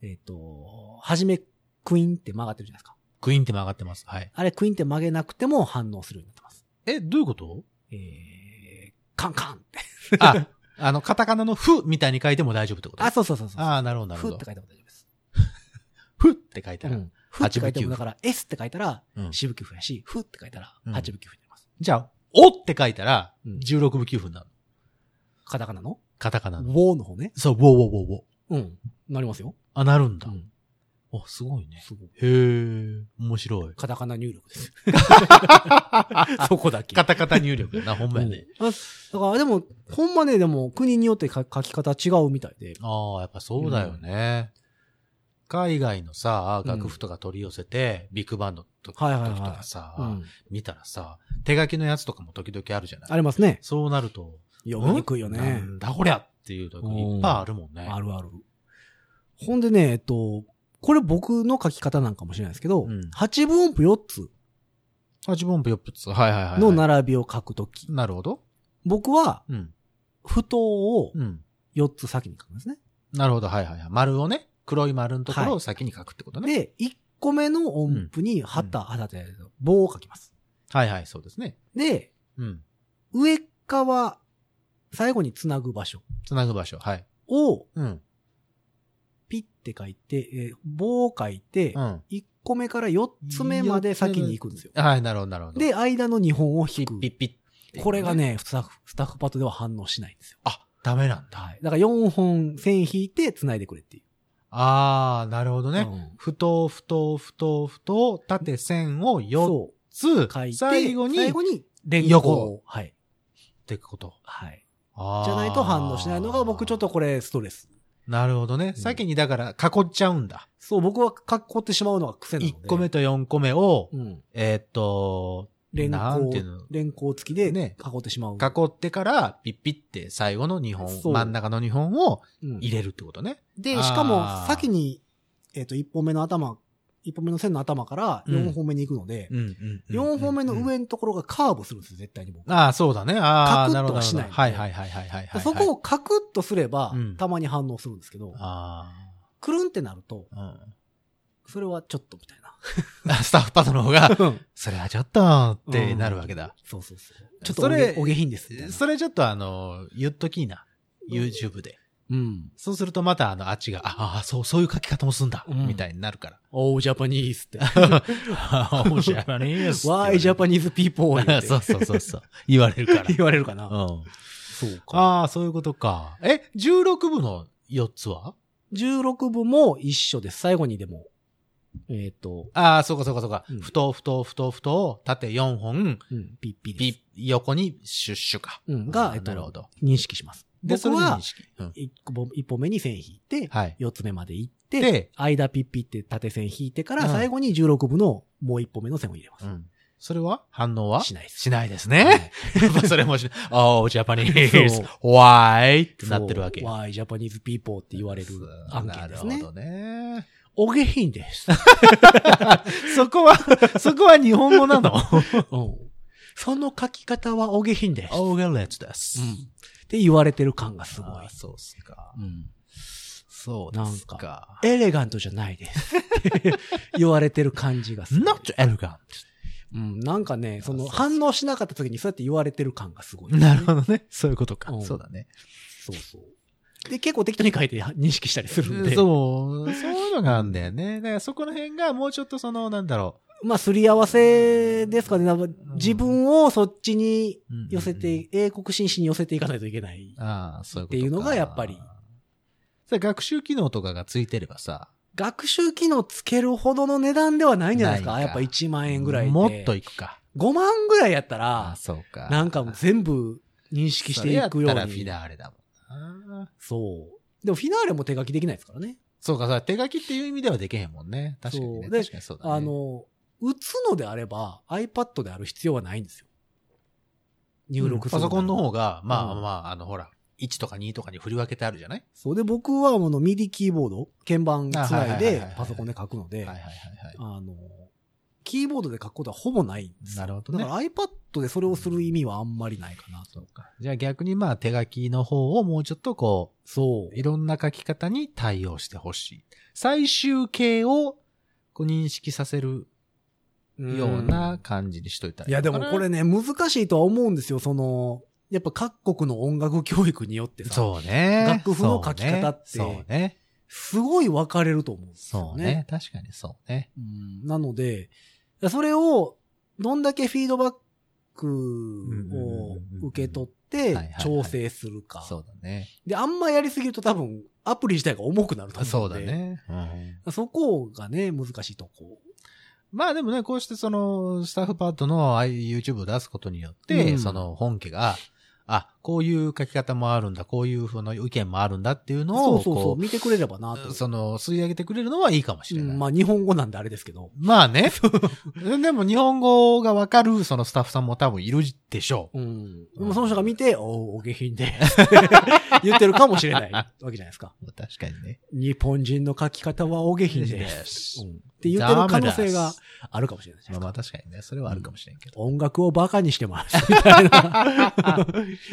えっと、はじめクイーンって曲がってるじゃないですか。
クイーンって曲がってます。はい。
あれクイーンって曲げなくても反応するようになってます。
え、どういう こと
えー、カンカンって。
あ、あの、カタカナのフみたいに書いても大丈夫ってこと
あ、そうそうそうそう。
ああ、なるほど、なる
ふ
ほ
っ
ど
て。書いても大丈夫です。
ふって書いたら。
うんふって書いても、
八部九符
だから、S って書いたら、
うん
四部九符やし、ふって書いたら
う、ん
八部九符になります。
じゃあ、おって書いたら、
うん
16部9分なの。
カタカナの
カタカナ
ウ
の。
ォーの方ね。
そう、ウォーウォーウォーウォー。
うん。なりますよ。
あ、なるんだ。
ん。
お、すごいね。
すごい。
へえ、面白い。
カタカナ入力です。そこだけ。
カタカタ入力やな、ほんまやね。
うんあだからでも、ほんまね、でも国によってか書き方違うみたいで。
ああ、やっぱそうだよね。海外のさ、楽譜とか取り寄せて、ビッグバンドと
はい
か
はいはい
時とか
う
さ、
ん。
見たらさ、手書きのやつとかも時々あるじゃな
あ
い
りますね。
そうなると、
読みにくいよ
んな
ね。
んだこりゃっていうとこいっぱいあるもんね。
あるある。ほんでね、えっと、これ僕の書き方なんかもしれないですけど
うん、
八分音符4つ
8分4つ。はいはいはい。
の並びを書くとき、
なるほど。
僕は、
うん。
不等を
うん。
4つ先に書くんですね。
なるほど、はいはいはい。丸をね、黒い丸のところ
は
を先に書くってことね。
で、1個目の音符に旗、旗じゃないけど棒を書きます。
はいはい、そうですね。
で、
うん。
上側、最後につなぐ場所
つなぐ場所、はい。
を
うん。
ピッて書いて、えー棒を書いて
う、ん。
1個目から4つ目まで先に行くんですよ。
はい、なるほど、なるほど。、
で、間の2本を引く。
ピッピッ。
これが、ね、スタッフ、スタッフパッドでは反応しないんですよ。
あ、ダメなんだ。
はい。だから4本線引いて繋いでくれってい
あー、なるほど
う。
ね。
うん
ふと、ふと、ふと、ふと、縦線を4
そ
つ
う。書い、て、
最後に
最後に
連
横
横っ
を。はい。
てこと。
はい。
あー
じゃないと反応しないのが僕ちょっ。とこれストレス。
なるほど
う
ね。
ん
先にだから囲っちゃうんだ。
そう、僕は囲ってしまうのが癖なので。
1個目と4個目を、
うん。
えーっと、
連
なん
行
ていうの、
連行付きで
ね
囲ってしまう。
囲ってからピッピって最後の2本、
そう
真ん中の2本を
うん
入れるってことね。
で、
あー
しかも先に、えっと、1本目の頭、1本目の線の頭から4本目に行くので、
うんうんうん
4本目の上のところがカーブするんですよ、絶対に僕。
ああ、そうだね。ああ、
カク
な
ッと
るほど。
はしない
るほどはいはいはいはいはいはい。
そこをカクッとすれば
うん、
たまに反応するんですけど、
あ
くるんってなると、
あ、
それはちょっとみたい な。
うん。スタッフパートの方が、
うん
それはちょっと、ってなるわけだ。
そうそうそう。ちょっと
そ
お
れ
げお下品ですみたいな。
それちょっとあの、言っときいな。
うん
YouTube で。
うん。
そうするとまたあの、あっちが、ああ、そう、そういう書き方もすんだ。
うん
みたいになるから。
おー、ジャパニーズっ て。
ああ、面白いね。
Why Japanese people? 言うて
そうそうそうそう。言われるから。
言われるかな。
うん。
そうか。
ああ、そういうことか。え、16部の4つは
16部も一緒です。最後にでも。えっと、
ああ、そうかそうかそうか。
うん
ふと、ふと、ふと、ふと、縦4本、
うん、ピッピです。
ピ横にシュッシュか。
うん、が、
あー
えっと、
なるほど。
認識します。
で、
僕
それで
は
認、識。うん
一歩一歩目に線引いて、
はい。
四つ目まで行って、
で、
間ピッピって縦線引いてか
う
ら、
ん
最後に16部のもう一歩目の線を入れます。
うん。それは反応は
しないです。
しないです
は
ね。
い
やっ ぱそれもしない。Oh, Japanese.
そう
Why? ってなってるわけ。
そう Why Japanese people って言われる案件です
な
ね
る。ほどね。
お下品です。
そこは、そこは日本語なの
うんその書き方はお下品です。
?Oh, well, let's です。
うんって言われてる感がすごい。
あーそうっすか。
うん
そうです
なん
か。
エレガントじゃない です。言われてる感じがする。
not elegant.
うん、なんかね、その反応しなかった時にそうやって言われてる感がすごい。
なるほどね。そういうことか
うん。
そうだね。
そうそう。で、結構適当に書いては認識したりするんで。
そう、そういうのがあるんだよね。だからそこら辺がもうちょっとその、なんだろ
まあ、すり合わせですかね。なんか自分をそっちに
う。
寄せて、英国紳士に寄せていかないといけない。
ああ、そういうことか
っていうのがやっぱり。
それ学習機能とかがついてればさ。
学習機能つけるほどの値段ではないんじゃないですか。
ない
や
か
っぱ1万円ぐらいで。
もっといくか。
5万ぐらいやった
ああ、
ら、
そうか。
なんかもう全部認識していくよ
それやった
う
らフィ
に。
ナーレだもんな。
そう。でもフィナーレも手書きできないですからね。
そうか、そう手書きっていう意味ではできへんもんね。確かに
そ
ね。
うで
確かにそうだね。
あ、の、打つのであれば iPad である必要はないんですよ。入力する、
パソコンの。方が、まあ
うん
まあ、あの、ほら、1とか2とかに振り分けてあるじゃない
そうで、僕はものミディキーボード、鍵盤つ
あはい
な
はいいはいはい
で
はい
パソコンで書くの
はい
で
は、いはいは
あの、キーボードで書くことはほぼないんで
い。
す
な
よ。
るほど
だ
ね
か。ら iPad でそれをする意味はあんまりないかなと。
じゃあ逆にまあ手書きの方をもうちょっとこ
そう
う、。いろんな書き方に対応してほしい。最終形をこう認識させるような感じにしといたら
いや、でもこれ
ね、
ね、難しいとは思うんですよ。その、やっぱ各国の音楽教育によってさ、
そうね。
楽譜の書き方って
そうね。
すごい分かれると思うんです
そ
よ
うね。そう
ね。
ね確かにそうね。
うんなので、それを、どんだけフィードバックを受け取っ
うんうんうんうん
て
はいはいはい
調整するか。
そうだね。
で、あんまやりすぎると多分、アプリ自体が重くなると
そ
思う
うんだ
で。。
ね。うん
そこがね、難しいとこ。
まあでもね、こうしてその、スタッフパートのああいう YouTube を出すことによって、
うん
その本家が、あ、こういう書き方もあるんだ、こういう風な意見もあるんだっていうの
そ
を、
うそうそう、
こ
見てくれればなと
う、。その、吸い上げてくれるのはいいかもしれ
う
ない。
ん
ま
ま
あ、
あ、日本語なんであれですけど。
ね。 でも日本語がわかるそのスタッフさんも多分いるでしょう。
うん。でもその人が見て、おお、お下品で、 言ってるかもしれないわけじゃないですか。
確かにね。
日本人の書き方はお下品です。
す
うん。って言ってる可能性があるかもしれないじゃ
ま
な
あ
いですか
まあ確かにね、それはあるかもしれん けど。
音楽をバカにしてます。みたい な。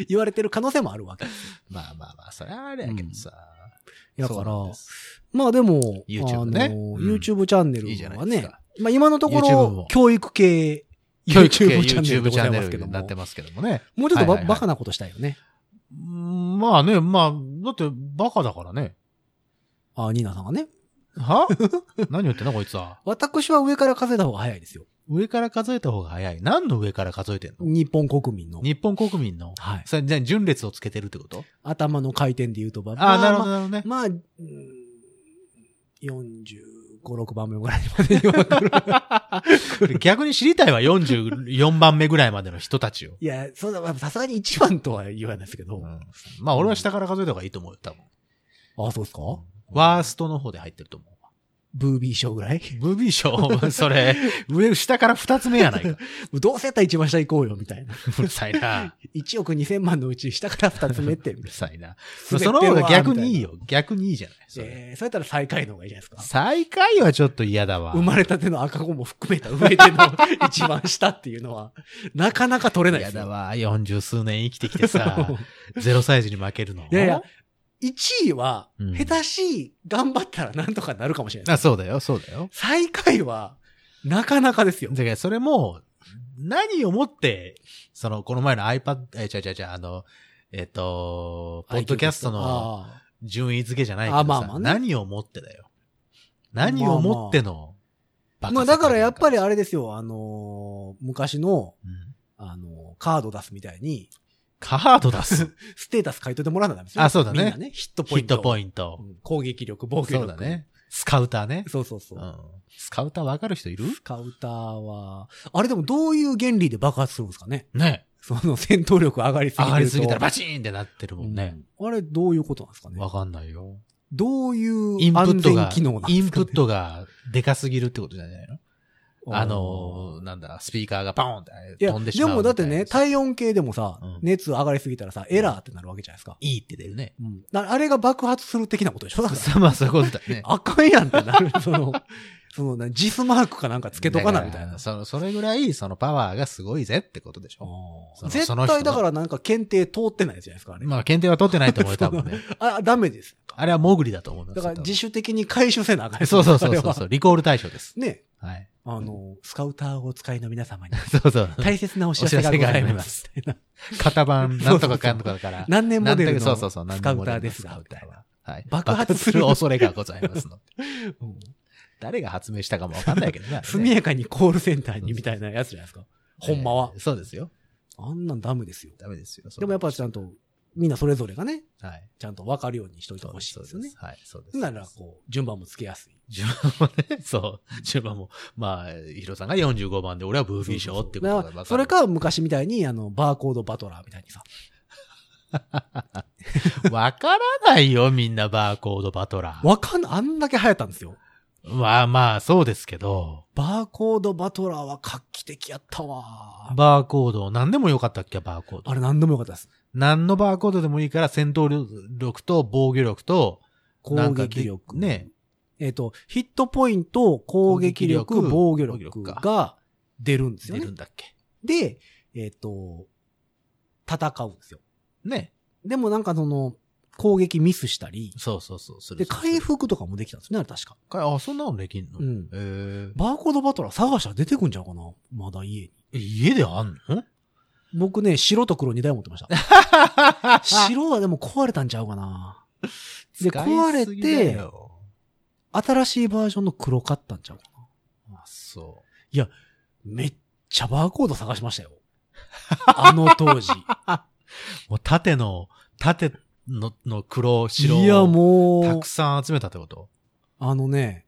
言われてる可能性もあるわけです
まあまあまあ、それはあれやけどさ。
よ。だ
そう
か
なんで
ら、
す
まあでも、
YouTube ね
あの
うん
YouTube チャンネル
いいじゃな
はい
です
ね
か。。
まあ今のとこ
YouTube も
ろ、教育系、
教育系
YouTube チャンネルで
YouTube
ご
チ
ざ
ャ
い
ンネ
ますけ
ル
ど
に
も。
なってますけどもね。
もうちょっと
はい
ば
はいはい
バカなことしたいよね。
うんまあね、まあ、だってバカだからね。
あ、ニーナさんがね。
は何言ってんのこいつは。
私は上から数えた方が早いですよ。
上から数えた方が早い。何の上から数えてんの
日本国民の。
日本国民の。
はい。
それ、じゃあ順列をつけてるってこと
頭の回転で言うとば、
ああ、なるほど、
ど。
なるほどね。
まあ、うん45、6番目ぐらいまで今来る
逆に知りたいわ、44番目ぐらいまでの人たちを。
いや、そんな、さすがに1番とは言わないですけど。
うんまあ、俺は下から数えた方がいいと思うよ、多分。
あ、そうですか
ワーストの方で入ってると思う。
ブービー賞ぐらい
ブービー賞、それ、上、下から二つ目やな いか。
どうせやったら一番下行こうよ、みたいな。
うるさいな。
1億2000万のうち下から2つ目って
う。るさいな。
滑ってる
そ
わ
の方が逆にいいよ。逆にいいじゃない。それ
えー、そうやったら最下位の方がいいじゃないですか。
最下位はちょっと嫌だわ
生。まれたての赤子も含めた上での 一番下っていうのは、なかなか取れないで
嫌
すよ
だわ。四十数年生きてき てさ、ゼロサイズに負けるの。
いやいや、1位は
う、ん
下手しい、頑張ったらなんとかなるかもしれない。
あ、そうだよ、そうだよ。
最下位は、なかなかですよ。
だからそれも、何をもって、その、この前の iPad、え、ちゃちゃちゃ、あの、えっ、と、ポッドキャストの
あ
順位付けじゃないけどさ、
あまあまあね
何をもってだよ。何をもっての、
あ。まあだからやっぱ
り、
りあれですよ、あのー昔の、
うん
あのーカード出すみたいに、
カード 出す。
ステータス書いといてもらわなダメですよ。
あそうだね
みんなね、ヒット
ヒ
ポイ
ッ
ント。
トポ
イン
イント。
攻撃力、防御力。
そうだね。。スカウターね。
そうそうそうう。
ん。スカウターわかる人いる
スカウターは、あれでもどういう原理で爆発するんですかね
ね。
その戦闘力上がりすぎてる
上
と。
がりすぎたらバチーンってなってるもんね。
うんあれどういうことなんですかね
わかんないよ。
どういう
インプ
安
ット
全
が
機能なん、で
イ
す
ン
か、
プ
ね、
ットがでかすぎるってことじゃないの
うん
あ、のー、なんだ、スピーカーがバーンっ
い
て
や、
飛んでし
で
まう
も
み
だ
た
っ
いな。
てね、体温計でもさ、
うん
熱上がりすぎたらさ、エラーってなるわけじゃないですか。
いいって出るね。
うん。だからあれが爆発する的なことでしょだから
さまあそういうことだね。
あかんやんってなる。その、そのな、ジスマークかなんかつけとかなみたい
だか
な
ら。その、それぐらい、そのパワーがすごいぜってことでしょ。その
絶
その人
対
の
だからなんか検定通ってないやつじゃないですか、あれ。
まあ、検定は取ってないと思うよ、多 分ね。
あ、ダメです。
あれは潜りだと思う
だ
ん
から自
信。
主的に回収せなあかんやつ
そうそうそうそう
あれ
そ
は
う、リコール対象です。
ね、
はい。
あの、スカウターをお使いの皆様に
そう そう。
大切なお知らせがご ざいます。みたいな
型番、なんとかかんとかだから。
何年モデルの
なんとかそうそうそう、何
スカウ
年モデ
ター
ル
で
の
す
ス
が
カウターは。はい。
爆発する
爆恐れがございますの。
うん
誰が発明したかもわかんないけどな。
速やかにコールセンターにみたいなやつじゃないですか。 ほんまは。
そうですよ。
あんなんダメですよ。
ダメですよ。
でもやっぱちゃんと、みんなそれぞれがね、
ぱ、はい。
ちゃんと分かるようにしといて
そう
ほ
で
し
す
い
そう
で
です
よね
す。。はい、そうです。
なら、こう、順番もつけやすい。
順番もね、そう。順番も、まあ、ヒロさんが45番で、俺はブービー賞ってことが
だ
わ
か
る
らそれ、か、昔みたいに、あの、バーコードバトラーみたいにさ。
わからないよ、みんな、バーコードバトラー。
わかんない。あんだけ流行ったんですよ。
まあまあ、そうですけど、
バーコードバトラーは画期的やったわ。
バーコード、何でもよかったっけ、バーコード
あ。れ何でもよかったです。
何のバーコードでもいいから、戦闘力と防御力と、
攻撃力。
なんかでね。
えっ、と、ヒットポイント、攻撃力、防御
攻撃力防御
力
力か
が出るんですよ
出る
ね
ん。だっけ。
で、えっ、と、戦うんですよ。
ね。
でもなんかその、攻撃ミスしたり、
そうそうそう。する
で、
する
回復とかもできたんですね、あれ確か。
回あ、そんなのできんの
うん
え
バーコードバトラー探したら出てくんちゃうかなまだ家に。
え。家であんの
僕ね、白と黒2台持ってました。 白はでも壊れたんちゃうかなで、壊れて、新しいバージョンの黒買ったんちゃうかな
あ、そう。
めっちゃバーコード探しました よ。あの当時。
もう縦の、縦の、の黒、白。
いや、
う
も
た
う
く、さん集めたってこと
あのね、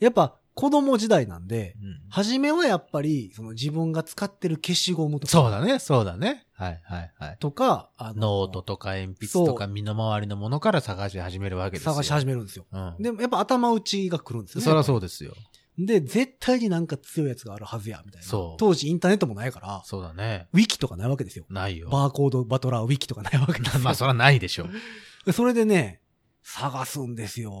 やっぱ子供時代なんで、
うん
初めはやっぱり、その自分が使ってる消しゴムとか、
そうだね、そうだね。はい、はい、はい。
とか、あの、
ノートとか鉛筆とか身の回りのものから探し始めるわけですよ。
探し始めるんですよ。
うん。
でもやっぱ頭打ちが来るんですよね。
そりゃそうですよ。
で、絶対になんか強いやつがあるはずや、みたいな。
そう
当時インターネットもないから、
そうだね。
ウィキとかないわけですよ。
ないよ。
バーコードバトラーウィキとかないわけですよ。
まあ、そりゃないでし ょう。
でそれでね、探すんですよ。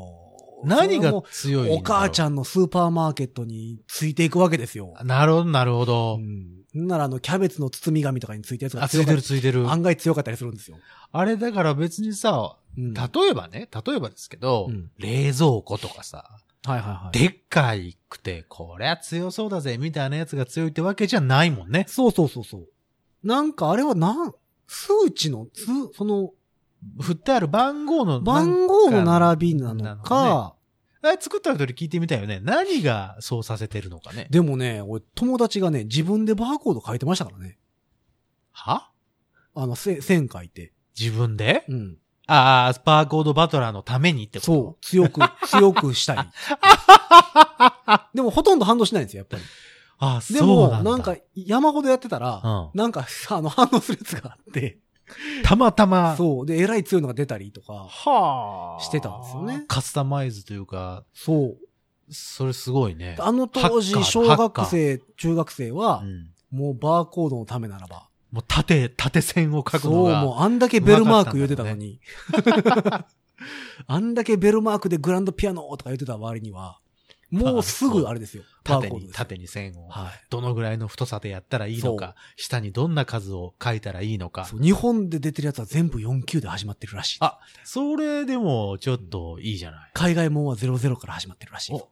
何が
それも
強い
お母ち
ん
ゃんのスーパーマーケットについていくわけですよ。
だろう。なるほど、なるほ
う
ど。
ん。なんならあの、キャベツの包み紙とかについたやつが
あ、つ
強
い
か
て
っ
るついてる。
案外強かったりするんですよ。
あれだから別にさ、
うんはい
例えばね、例えばですけど、
うん
冷蔵庫とかさ、
はいはい。
でっかいくて、こりゃ強そうだぜ、みたいなやつが強いってわけじゃないもんね。
そうそうそうそう。なんかあれはなん、数値の、つ、その、
振ってある番号の、なん
番号の並びなのか、
なのかあれ作った人に聞いてみたいよね。何がそうさせてるのかね。
でもね、俺、友達がね、自分でバーコード書いてましたからね。
は
あの、せ線書いて。
自分で
うん。
ああ、バーコードバトラーのためにってこと
そう。強 く、強くしたい。でも、ほとんど反応しないんですよ、やっぱり。
ああ、
で
そう
も、
な
なんん
だ。
か、山ほどやってたら、
う
なんか、 あの、反応するやつがあって、
ん。たまたま。
そう。で、えらい強いのが出たりとか、
はあ。
してたんですよね
カスタマイズというか、
そう。
それすごいね。
あの当
ハ
時、
ッカー
小
だハッカ
学生、
ー
中学生は
う、ん。
もうバーコードのためならば。
もう縦、縦線を書く
そう、
のが。
もうあんだけベルマーク言うてたのに。 あんだけベルマークでグランドピアノとか言ってた割には、もうすぐあれですよ。バー
縦
コード
に、
ですよ。
縦に線を。
は
どのぐらいの太さでやったらいいのか、下にどんな数を書いたらいいの
い。
か
そ。う日本で出てるやつは全部4級で始まってるらしい。
あそれでも、ちょっといいじゃない。
海外もんは00から始まってるらしい。
お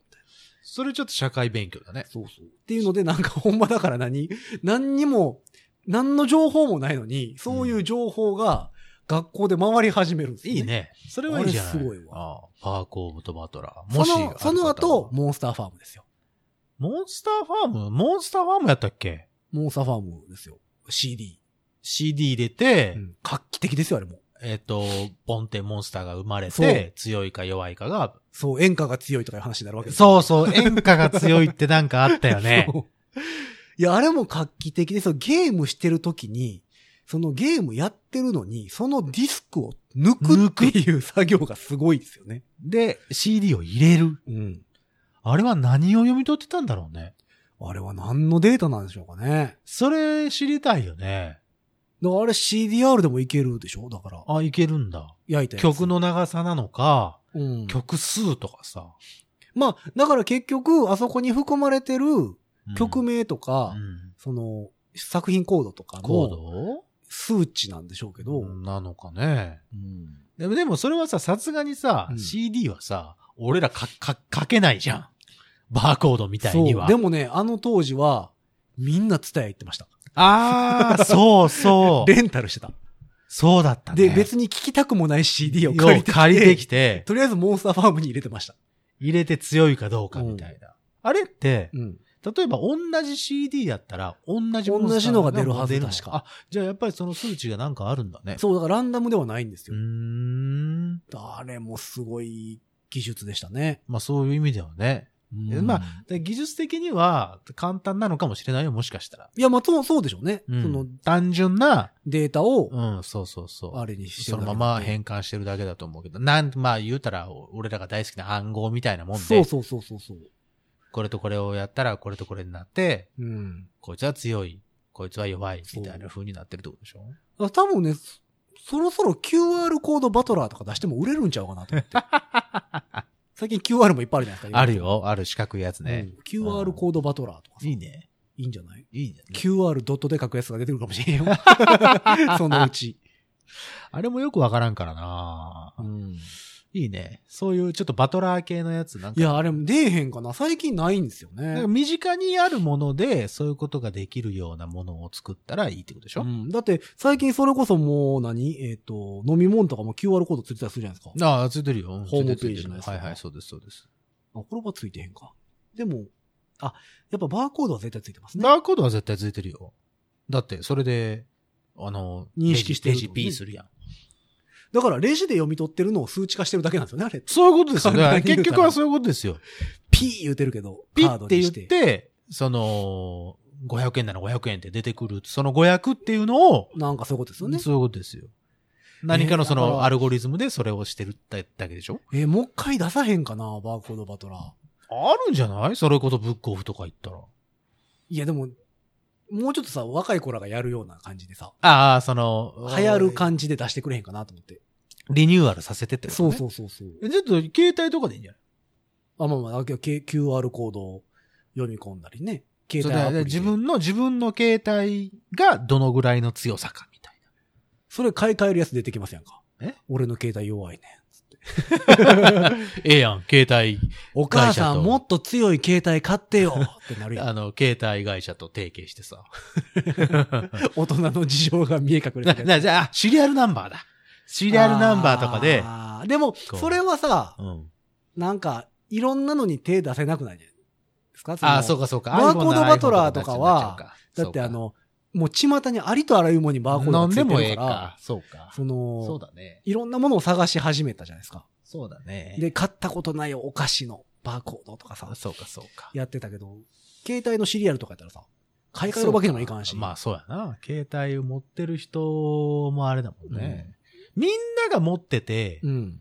それちょっと社会勉強だね。
そうそう。っていうので、なんかほんまだから何 何にも、何の情報もないのに、そういう情報が学校で回り始めるんですよ、
いい。ね。それはいいじゃない。
あれすごい
ああパーコーブとバトラー。
そ
もし
の、その後、、モンスターファームですよ。
モンスターファームモンスターファームやったっけ
モンスターファームですよ。CD。
?CD 入れて、
うん画期的ですよ、あれも。
えっ、と、ボンってモンスターが生まれ
そう
て、強いか弱いかが、
そう、演歌が強いとかいう話になるわけですよ。
そうそう、演歌が強いってなんかあったよね
そういや、あれも画期的で、そのゲームしてる時に、そのゲームやってるのに、そのディスクを抜くっていう作業がすごいですよね。
で、CD を入れる。
うん。
あれは何を読み取ってたんだろうね。
あれは何のデータなんでしょうかね。
それ知りたいよね。
だからあれ CDR でもいけるでしょだから、
あ、いけるんだ。
焼いたやつ
曲、の長さなのか、
うん、
曲数とかさ。
まあ、だから結局、あそこに含まれてる曲
名
名とか、その、作品コードとか
コー
の
ド
数値なんでしょうけど、
なのかね。
うん
でも、でもそれはさ、さすがにさ、
うん
CD はさ、俺らか、か、書けないじゃん。バーコードみたい
そう
には。
でもね、あの当時は、みんなツタヤ行ってました。
あ あ、そうそう。
レンタルしてた。
そうだったね。
で、別に聞きたくもない CD を
を
借りてきて、
借りてきて、
とりあえずモンスターファームに入れてました。
入れて強いかどうかみたいな。あれって、
うん。
例えば同じ CD やったら、同じ
同じのが出るはず
だ
確か
あ、じゃあやっぱりその数値がなんかあるんだね。
そう、だからランダムではないんです
うー
よ。
ん。
あれもすごい技術でしたね。
まあそういう意味ではね。
うん
まあ、で技術的には簡単なのかもしれないよ、もしかしたら。
いや、まあ、そう、そうでしょうね。
うん
その、
単純な、
データを、
うん、そうそうそう。
あれにして
そのまま変換してるだけだと思うけど、なん、まあ言うたら、俺らが大好きな暗号みたいなもんで、
そうそうそうそうそう。
これとこれをやったらこれとこれになって、
うん。
こいつは強い、こいつは弱い、みたいな風になってるってことでしょ
あ多分ね、そそろそろ QR コードバトラーとか出しても売れるんちゃうかなと 思って。最近 QR もいっぱいあるじゃないですか。
あるよ、ある四角いやつ
今。
ね。
うん QR コードバトラーとかさ
いい。ね。
いいんじゃない
いいね。
?QR ドットで書くやつが出てくるかもしれ んよ。 そのうち。
あれもよくわからんからな
うん
いいね。そういうちょっとバトラー系のやつなんか。
いや、あれも出えへんかな。最近ないんですよ
なん
ね
か。身近にあるもので、そういうことができるようなものを作ったらいいってことでしょ、
うんだって、最近それこそもう何、えっ、と、飲み物とかも QR コードついてたりするじゃないですか。
ああ、ついてるよ。うん
ホーム
ついてる
ページのやつ
はいはい、そうです、そうです。
あ、これはついてへんか。でも、あ、やっぱバーコードは絶対ついてますね。
バーコードは絶対ついてるよ。だって、それで、あの、
認識してる
レジレジ P するやん。
だからレジで読み取ってるのを数値化してるだけなんですよね、あれ。
そういうことですよ。だか
簡単
ら
に言うた
結
ら
局はそういうことですよ。
ピー言うてるけど、
ピ
カー
ッ
ド
て
に
言
し。
ってて、その、500円なら500円って出てくる、その500っていうのを、
なんかそういうことです
そ
よ
うい
ね。
うことですよ。何かのそ
だから
のアルゴリズムでそれをしてるだけでしょ
えーもう一回出さへんかな、バーコードバトラー。
あるんじゃないそれこそブックオフとか行ったら。
いや、でも、もうちょっとさ、若い子らがやるような感じでさ、
ああ、その、
流行る感じで出してくれへんかなと思って。
リニューアルさせてってこと、
そ
ね。
うそうそうそう。
う。ちょっと携帯とかでいいんじゃない
あ、まあまあ、だけど K- QR コードを読み込んだりね。携帯ア
そう
プ
だ
リで
自分の、自分の携帯がどのぐらいの強さかみたい
それ買い替えるやつ出てきますやんか。
え
俺の携帯弱いね。
な。ええやん、携帯、
お母さんもっと強い携帯買って よってなるやん。
あの、携帯会社と提携し てさ。
大人の事情が見え隠れ
な、
てる。
な、じゃあ、シリアルナンバーだ。シリアルナンバーとかで、
あー。でも、
こう
それはさ、
うん。
なんか、いろんなのに手出せなくないですか
ああ、
そ。
そうかそうか。
バーコード
iPhone
バトラーとかは
iPhone とか
だってあ
そうか、
の、もう巷にありとあらゆるものにバーコード
飲
が
ん
ついて
で
るか
も
ら、
ええか。そうか。
その
そうだね。
いろんなものを探し始めたじゃないですか。
そうだね。
で、買ったことないお菓子のバーコードとかさ、
そうかそうか。
やってたけど、携帯のシリアルとかやったらさ、買い替えるわけにもいかんし。
まあそうやな。携帯を持ってる人もあれだもんね。みんなが持ってて、
うん。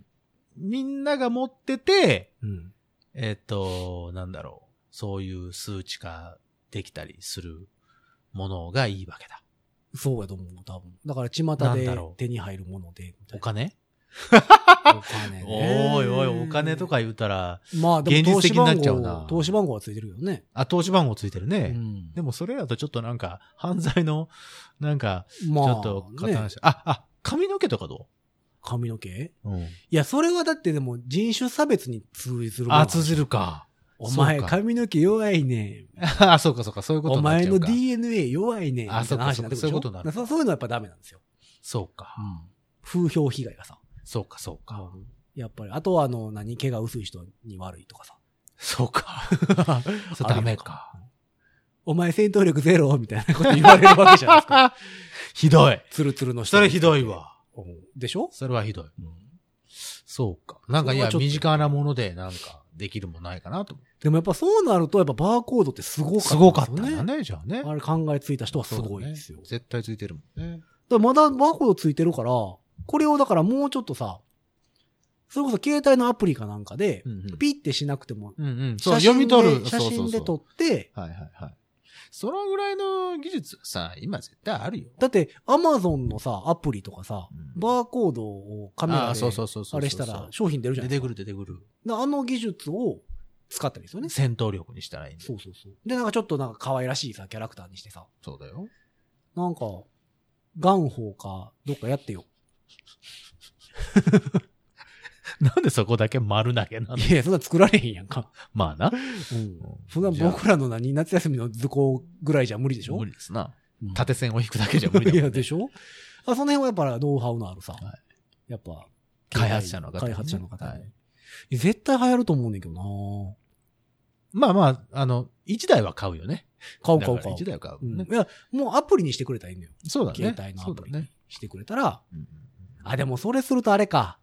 みんなが持ってて、
うん。
えっ、と、なんだろう。そういう数値化できたりするものがいいわけだ。
そうやと思う、多分。だから、
な
巷
んだ
で
ろう
手に入るもので。
お金
お金ね
おいおい、お金と。か言うたら、
まあ、でも投
現
資
実的にな
番
っちゃう
号
な、
投資番号はついてるけどね。
あ、投資番号ついてる
う
ね。
ん
でもそれだとちょっとなんか、犯罪の、なんか、ち
ま
ょっと加担して、あ、あ、髪の毛とかど
髪の毛
う、うん、
いや、それはだってでも人種差別に通じるもん
あ、通じるか。
お前
そうか
髪の毛弱いねん。
あ、そうかそうか、そう いうこと
お
になっ
前
ちゃう
の
か。
DNA 弱いねん。
あ
みたいな話になってくるでしょ
そうかそうかそういうことになる
だからそういうのはやっぱダメなんですよ。
そうか。
風評被害がさ。
そうか、そうか。
やっぱり。あとはあの、何、毛が薄い人に悪いとかさ。
そうか。 そうダメか。
お前戦闘力ゼロみたいなこと言われるわけじゃないです か。
ひどい。
ツルツルの人。
それひどい。わ。
でしょ
それはひどい。そうか。なんか
そ
い
れ
や
は、ちょっと
身近なもので、なんか、できるもんないかなと思
でもやっぱそうなると、やっぱバーコードってすごか
う。
った。
すごかったんだ。ね、じゃあね。
あれ考えついた人はすごいですよ。
そうだね絶対ついてるもん
だ
ね。
からまだバーコードついてるから、これをだからもうちょっとさ、それこそ携帯のアプリかなんかで、
んうん
ピッてしなくても、
うんうん。そう、
写
読み
真で
取る。
写真で撮
っ
って、
はいはいはい。そのぐらいの技術さ、今絶対あるよ。
だってアマゾンのさ、アプリとかさ、
うん
バーコードをカメ
あ
ラ
あ、そう
で
そうそうそうそう。
あれしたら商品出るじゃな
出
いで
て
すか。
くる出てくる。
だからあの技術を使ったりですよね。
戦闘力にしたらいいんだよ
そうそうそう。で、なんかちょっとなんか可愛らしいさ、キャラクターにしてさ、
そうだよ。
なんか、ガンホーか、どっかやってよ。
なんでそこだけ丸投げなの
いや、そんな作られへんやん か。
まあな。
うん。そんな僕らの何、夏休みの図工ぐらいじゃ無理でしょ
無理ですな。
うん
縦線を引くだけじゃ無理だもん、ね。
いや、でしょあその辺はやっぱノウハウのあるさ。
は
やっぱ。
開発者の方
開
ね
発者の方ね、
はい
絶対流行ると思うねんけどな
まあまあ、あの、1台は買うよね。
買う買う買う。
1台は買う
う
よね
ん、いや、もうアプリにしてくれたらいいんだよ。
そうだね。
携帯のアプリにしてくれたら。
そうだね。
あ、でもそれするとあれか。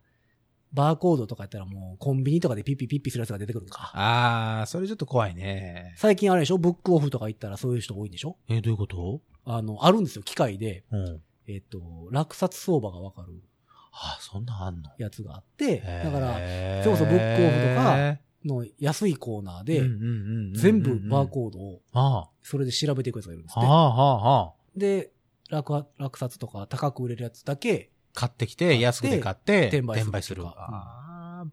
バーコードとかやったらもうコンビニとかでピッピピッピするやつが出てくるんか。
あー、それちょっと怖いね。
最近あれでしょブックオフとか行ったらそういう人多いんでしょ
え、どういうこと
あの、あるんですよ。機械で、
うん。
えっ、と、落札相場がわかる
あ、そんなんあんの
やつがあって、だから、
ら
そうそうブックオフとかの安いコーナーで、全部バー
ード。
コードを
あ
それで調べていくやつがいるんです
あ、は
ね。
あ、はあ、はあ。
で、落札落札とか高く売れるやつだけ、
買ってきて、安くて買って、
転売する
転売する。
とか
あー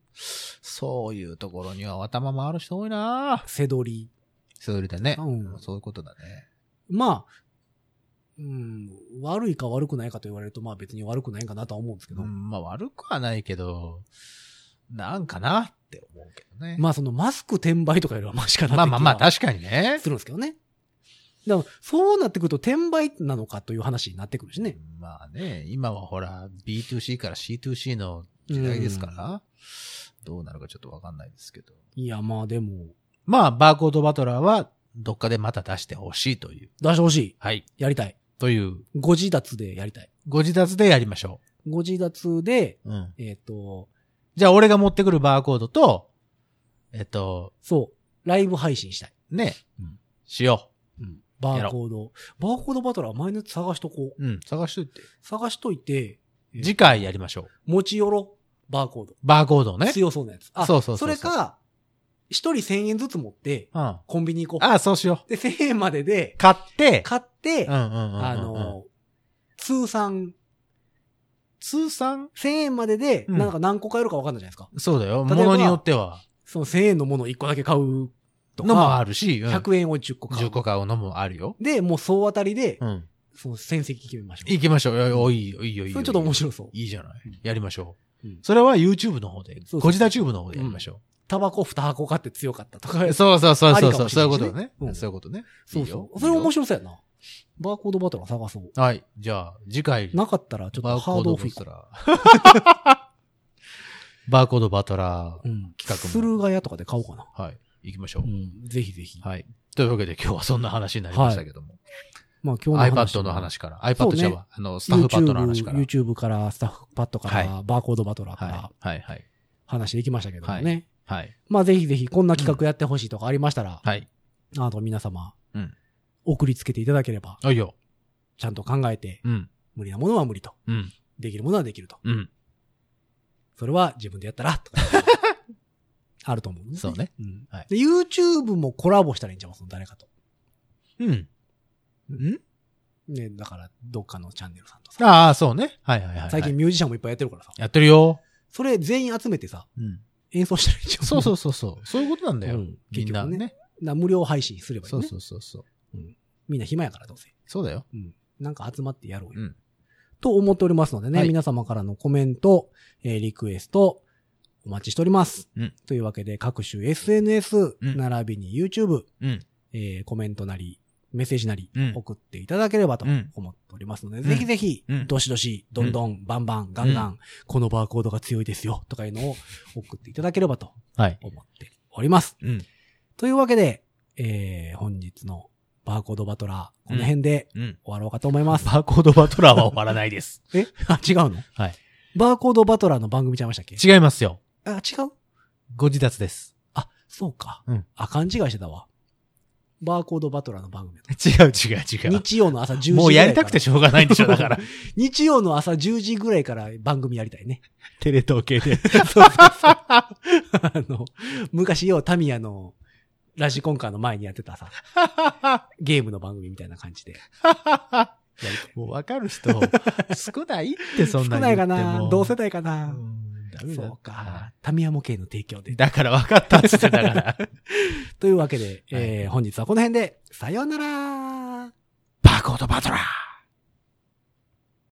そういうところには頭回る人多いな
せどり。
それでね。
うん
そういうことだね。
まあ、うん、悪いか悪くないかと言われると、まあ別に悪くないんかなとは思うんですけど、
うん、まあ悪くはないけど、なんかなって思うけどね。
まあそのマスク転売とかよりはマシかなって
まあまあまあ、
気は
確かにね。
するんですけどね。だからそうなってくると転売なのかという話になってくるしね。
まあね、今はほら、B2C から C2C の時代ですから、どうなるかちょっとわかんないですけど。
いやまあでも、
まあ、バーコードバトラーは、どっかでまた出してほしいという。
出してほしい。
はい。
やりたい。
という、
ご自立でやりたい。
ご自立でやりましょ
ご自立で、
う。うん。
えっ、と、
じゃあ、俺が持ってくるバーコードと、えっと、
そう、ライブ配信したい。
ね、
うん
しよ
うんバーコード。バーコードバトラー毎日探しとこう。
う。うん、探しといて。
探しといて、えー
次回やりましょう。
持ち寄ろう。バーコード。
バーコードをね。
強そうなやつ。
そうそうそうそう
れか、一人千円ずつ持って、
うん。あ
コンビニ行こう。
あ、そうしよ
で、千円までで
う。、買って、
買って、
うんうんうんうんうん。
あの、通算、
通算
千円までで、
うん
なんか何個買えるか分かんないじゃないですか。
そうだよ。
例えば
ものによっては。
その千円のものを一個だけ買うと
のもあ
か、
るし、うん、
100円を10個買う。
10個買うのもあるよ。
で、もう総当たりで、
うん。
その戦績決めましょう。
行きましょう。いやおいいよ、いいよ、いいよ。
それちょっと面白そう。
いいじゃない。やりましょう。
うん
それは YouTube の方で、
そうそう
ゴジダチューブの方でやりましょ
タバコ2箱買って強かったとか
う。。そうそうそう
あり
そう
か
そう。
もし
そう
れ
い
ないし
う
ね
ことね。
うん
そういうことね。
そうそ。
いうい
それ面
い
白そうやな。バーコードバトラー探そう。
よ。はい。じゃあ、次回、
なかったらちょっと
バー
ハ
コ
ード
ード
オ
ブ
フ
ー
行
ス
こ
ラー。バーコードバトラ
うん。
企画も
駿河屋とかで買おうかな。
ー。はい。行きましょう。
うん。ぜひぜひ。
はい。というわけで今日はそんな話になりましたけども。
まあ今日の
iPad の話から。
そう
iPad
ね
じゃ、わあの、スタッフパッドの話から。
YouTube, YouTube から、スタッフパッドから、
は
バーコードバトラーか
はい。
ら
はい。はい。
話できましたけどもね。
はい。
まあぜひぜひこんな企画やってほしいとかありましたら、
はい。
あと皆様、
うん
送りつけていただければ、
あいよ。
ちゃんと考えて、
うん。
無理なものは無理と、
うん。
できるものはできると。
うん。
それは自分でやった ら、とか、あると思うんです
そうね。
うん
はい
で YouTube もコラボしたらいいんちゃうその誰かと。
うん。うん
ね、だから、どっかのチャンネルさんとさ。
ああ、そうね。はいはいはいはい。
最近ミュージシャンもいっぱいやってるからさ。
やってるよ。
それ全員集めてさ、
うん。
演奏したらいいんちゃ
そうそううそう そう。そういうことなんだよ。
うん
みんな
結局
ね。
な無料配信すればいい
そ
ね。
うそうそうそう。
みんな暇やからどうせ。
そうだよ。
なんか集まってやろうよ。
うん
と思っておりますのでね、
はい
皆様からのコメント、えーリクエスト、お待ちしております。
うん
というわけで、各種 SNS、
うん
並びに YouTube、
うん。
えーコメントなり、メッセージなり
うん、
送っていただければと
うん
思っておりますので、
ん
ぜひぜひ、
うん
どしどし、どんどん、バンバン、ガンガン、このバーコードが強いですよ、とかいうのを送っていただければと
はい。
思っております。
うん。
というわけで、えー本日のバーコードバトラー、この辺で
うん。
終わろうかと思います。
バーコードバトラーは終わらないです。
え あ、違うの
はい。
バーコードバトラーの番組ちゃいましたっけ
違いますよ。
あ、違う
ご自立です。
あ、そうか。
うん
あ、勘違いしてたわ。バーコードバトラーの番組だと
違う違う違う。
日曜の朝10時ぐらいから。
もうやりたくてしょうがないんでしょ、だから。。
日曜の朝10時ぐらいから番組やりたいね。
テレ東系で。
そうそうそう。あの、昔ようタミヤのラジコンカーの前にやって たさ、ゲームの番組みたいな感じでやりたい。
もうわかる人、少ないってそんな
少ない
に言って
か
も。
な同世代かな、
うんダメだ
そうか。タミヤ模型の提供で。
だから分かったっつってたから。
というわけで、えー本日はこの辺で、さようなら
バーコードバトラー